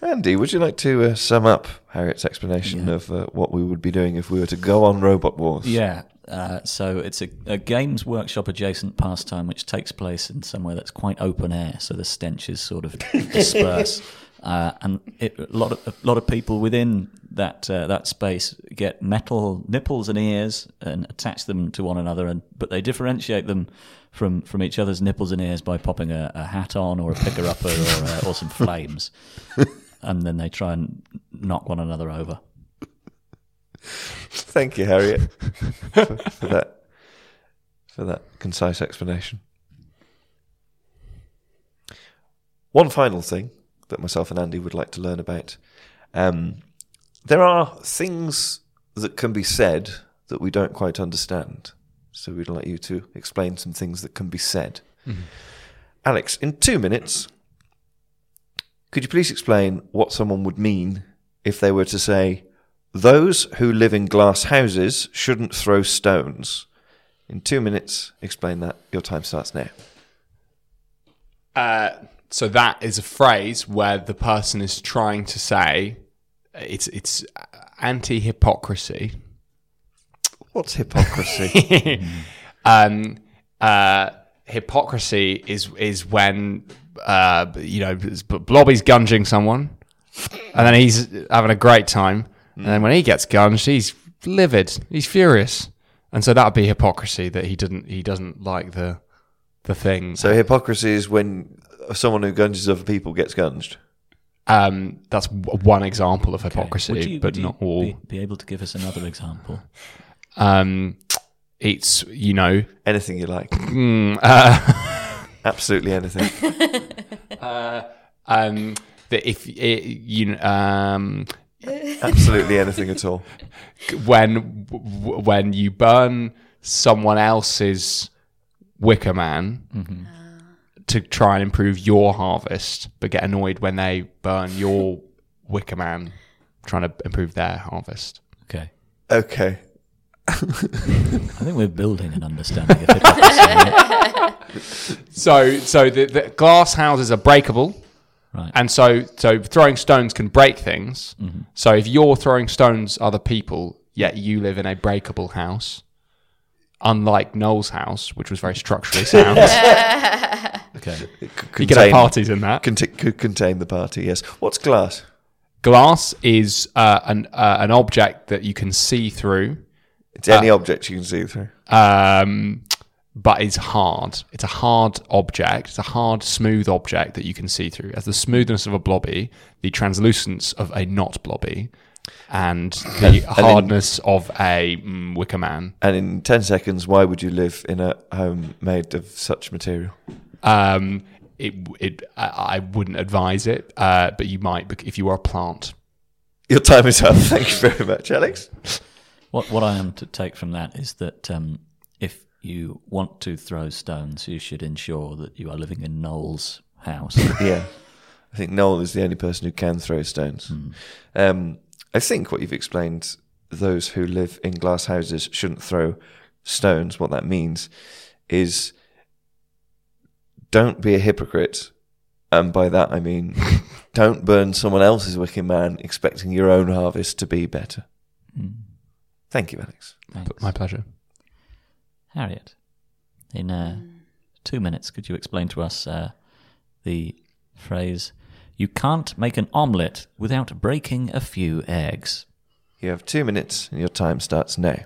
A: Andy, would you like to uh, sum up Harriet's explanation of uh, what we would be doing if we were to go on Robot Wars?
B: Yeah. Uh, so it's a, a games workshop adjacent pastime which takes place in somewhere that's quite open air, so the stenches sort of disperse. Uh, and it, a lot of a lot of people within that uh, that space get metal nipples and ears and attach them to one another, and but they differentiate them from, from each other's nipples and ears by popping a, a hat on or a picker upper or, uh, or some flames, and then they try and knock one another over.
A: Thank you, Harriet, for, for that for that concise explanation. One final thing that myself and Andy would like to learn about: um, there are things that can be said that we don't quite understand. So we'd like you to explain some things that can be said. Alex, in two minutes, could you please explain what someone would mean if they were to say, those who live in glass houses shouldn't throw stones? In two minutes, explain that. Your time starts now.
D: Uh, so that is a phrase where the person is trying to say it's it's anti hypocrisy.
A: What's hypocrisy?
D: um, uh, hypocrisy is is when uh, you know it's- Blobby's gunging someone, and then he's having a great time, and then when he gets gunged, he's livid, he's furious, and so that would be hypocrisy that he didn't he doesn't like the the thing.
A: so, hypocrisy is when someone who gunges other people gets gunged.
D: um, that's w- one example of hypocrisy,
B: Would you-
D: but
B: would you
D: not all.
B: Be, be able to give us another example.
D: Um, it's you know
A: Anything you like.
D: mm, uh,
A: Absolutely anything.
D: um, that if it, you kn- um.
A: Absolutely anything at all.
D: when w- when you burn someone else's wicker man to try and improve your harvest but get annoyed when they burn your wicker man trying to improve their harvest
B: Okay.
A: Okay.
B: I think we're building an understanding of hypocrisy.
D: so so the, the glass houses are breakable
B: Right.
D: and so so throwing stones can break things so if you're throwing stones other people yet you live in a breakable house unlike Noel's house which was very structurally sound
B: okay.
D: you could have parties in that
A: Conti- could contain the party, yes. What's glass?
D: Glass is uh, an uh, an object that you can see through.
A: Uh, It's any object you can see through.
D: Um, but it's hard. It's a hard object. It's a hard, smooth object that you can see through. It has the smoothness of a blobby, the translucence of a not blobby, and the hardness of a mm, wicker man.
A: And in 10 seconds, why would you live in a home made of such material?
D: Um, it, it, I, I wouldn't advise it, uh, but you might bec- if you are a plant.
A: Your time is up. Thank you very much, Alex.
B: What what I am to take from that is that um, if you want to throw stones, you should ensure that you are living in Noel's house.
A: Yeah. I think Noel is the only person who can throw stones. Um, I think what you've explained, those who live in glass houses shouldn't throw stones. What that means is don't be a hypocrite. And by that, I mean don't burn someone else's wicker man expecting your own harvest to be better. Thank you, Alex.
B: Thanks.
D: My pleasure.
B: Harriet, in uh, two minutes, could you explain to us uh, the phrase "You can't make an omelette without breaking a few eggs"?
A: You have two minutes and your time starts now.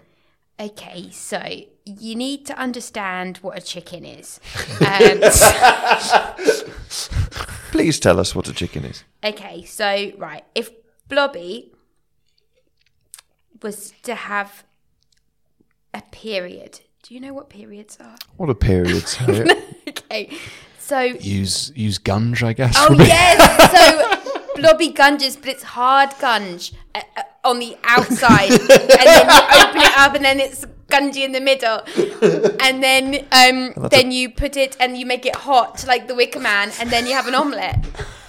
C: Okay, so you need to understand what a chicken is. Um,
A: Please tell us what a chicken is.
C: okay, so right, if Blobby was to have a period, do you know what periods are?
A: What a period. Harriet.
C: Okay, so
D: Use use gunge, I guess.
C: Oh
D: would be-
C: yes, so blobby gunges, but it's hard gunge uh, uh, on the outside, and then you open it up, and then it's gungy in the middle, and then um, then you put it and you make it hot like the Wicker Man, and then you have an omelette.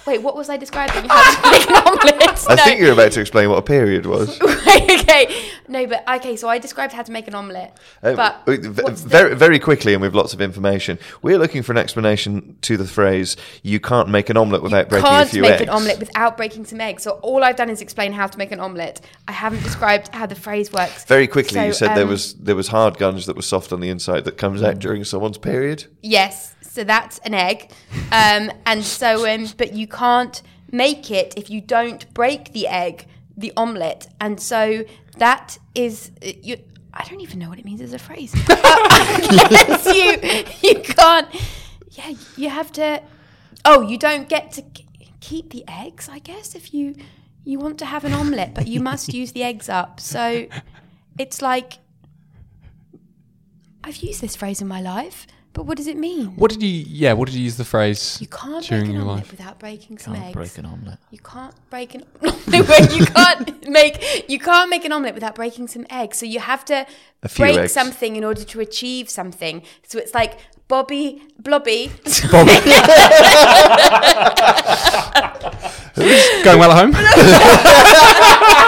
C: Wait, what was I describing? How to make an omelette?
A: I think you're about to explain what a period was.
C: okay, no, but okay. So I described how to make an omelette,
A: Uh,
C: but
A: w- v-
C: what's the-
A: very, very quickly, and with lots of information, we're looking for an explanation to the phrase "you can't make an omelette without breaking
C: can't
A: a few
C: make
A: eggs."
C: an omelette without breaking some eggs. So all I've done is explain how to make an omelette. I haven't described how the phrase works.
A: very quickly,
C: So,
A: you said there
C: um,
A: was there was hard gunge that was soft on the inside that comes out during someone's period.
C: yes. So that's an egg, um, and so um, but you can't make it if you don't break the egg, the omelette, and so that is uh, you. I don't even know what it means as a phrase. Uh, I guess you you can't. Yeah, you have to. Oh, you don't get to k- keep the eggs, I guess, if you you want to have an omelette, but you must use the eggs up. So it's like I've used this phrase in my life, but what does it mean?
D: What did you? Yeah, what did you use the phrase?
C: You can't
D: during
C: break an
D: your
C: omelette
D: life.
C: without breaking some
B: Can't
C: eggs.
B: break an omelette.
C: You can't break an no, wait, you can't make you can't make an omelette without breaking some eggs. So you have to
A: A few
C: break
A: eggs.
C: something in order to achieve something. So it's like Bobby Blobby.
D: Going well at home.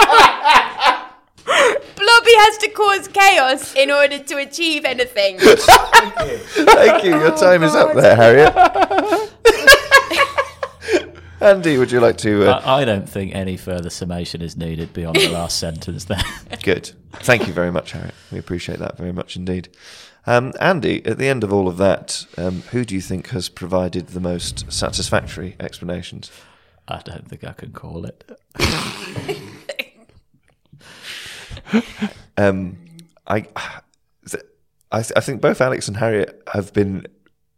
C: Blobby has to cause chaos in order to achieve anything.
A: Thank you. Your time is
C: Oh,
A: up there, Harriet. Andy, would you like to? Uh,
B: I, I don't think any further summation is needed beyond the last sentence there.
A: good. Thank you very much, Harriet. We appreciate that very much indeed. Um, Andy, at the end of all of that, um, who do you think has provided the most satisfactory explanations?
B: I don't think I can call it.
A: um, I, th- I, th- I think both Alex and Harriet have been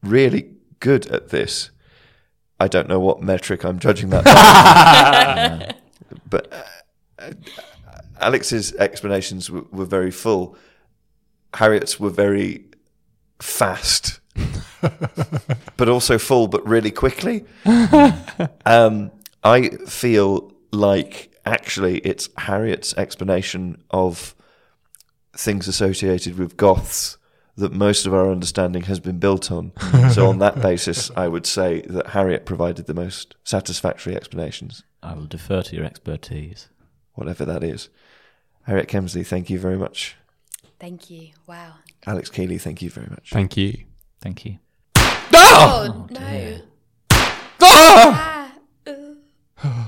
A: really good at this. I don't know what metric I'm judging that by, but uh, uh, Alex's explanations were, were very full. Harriet's were very fast, but also full, but really quickly. Um, I feel like actually it's Harriet's explanation of things associated with goths that most of our understanding has been built on. so, on that basis, I would say that Harriet provided the most satisfactory explanations,
B: I will defer to your expertise.
A: whatever that is. Harriet Kemsley, thank you very much.
C: Thank you. Wow.
A: Alex Keeley, thank you very much.
D: Thank you.
B: Thank you.
C: Oh, no. Ah, uh.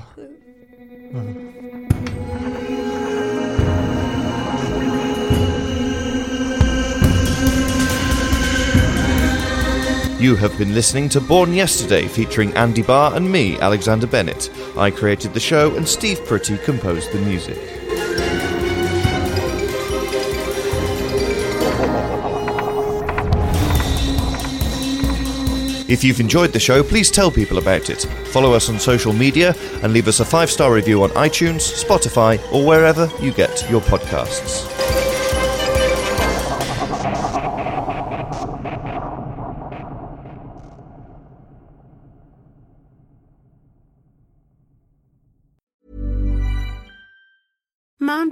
A: You have been listening to Born Yesterday featuring Andy Barr and me, Alexander Bennett. I created the show and Steve Pretty composed the music. If you've enjoyed the show, please tell people about it. Follow us on social media and leave us a five star review on iTunes, Spotify, or wherever you get your podcasts.
E: Mom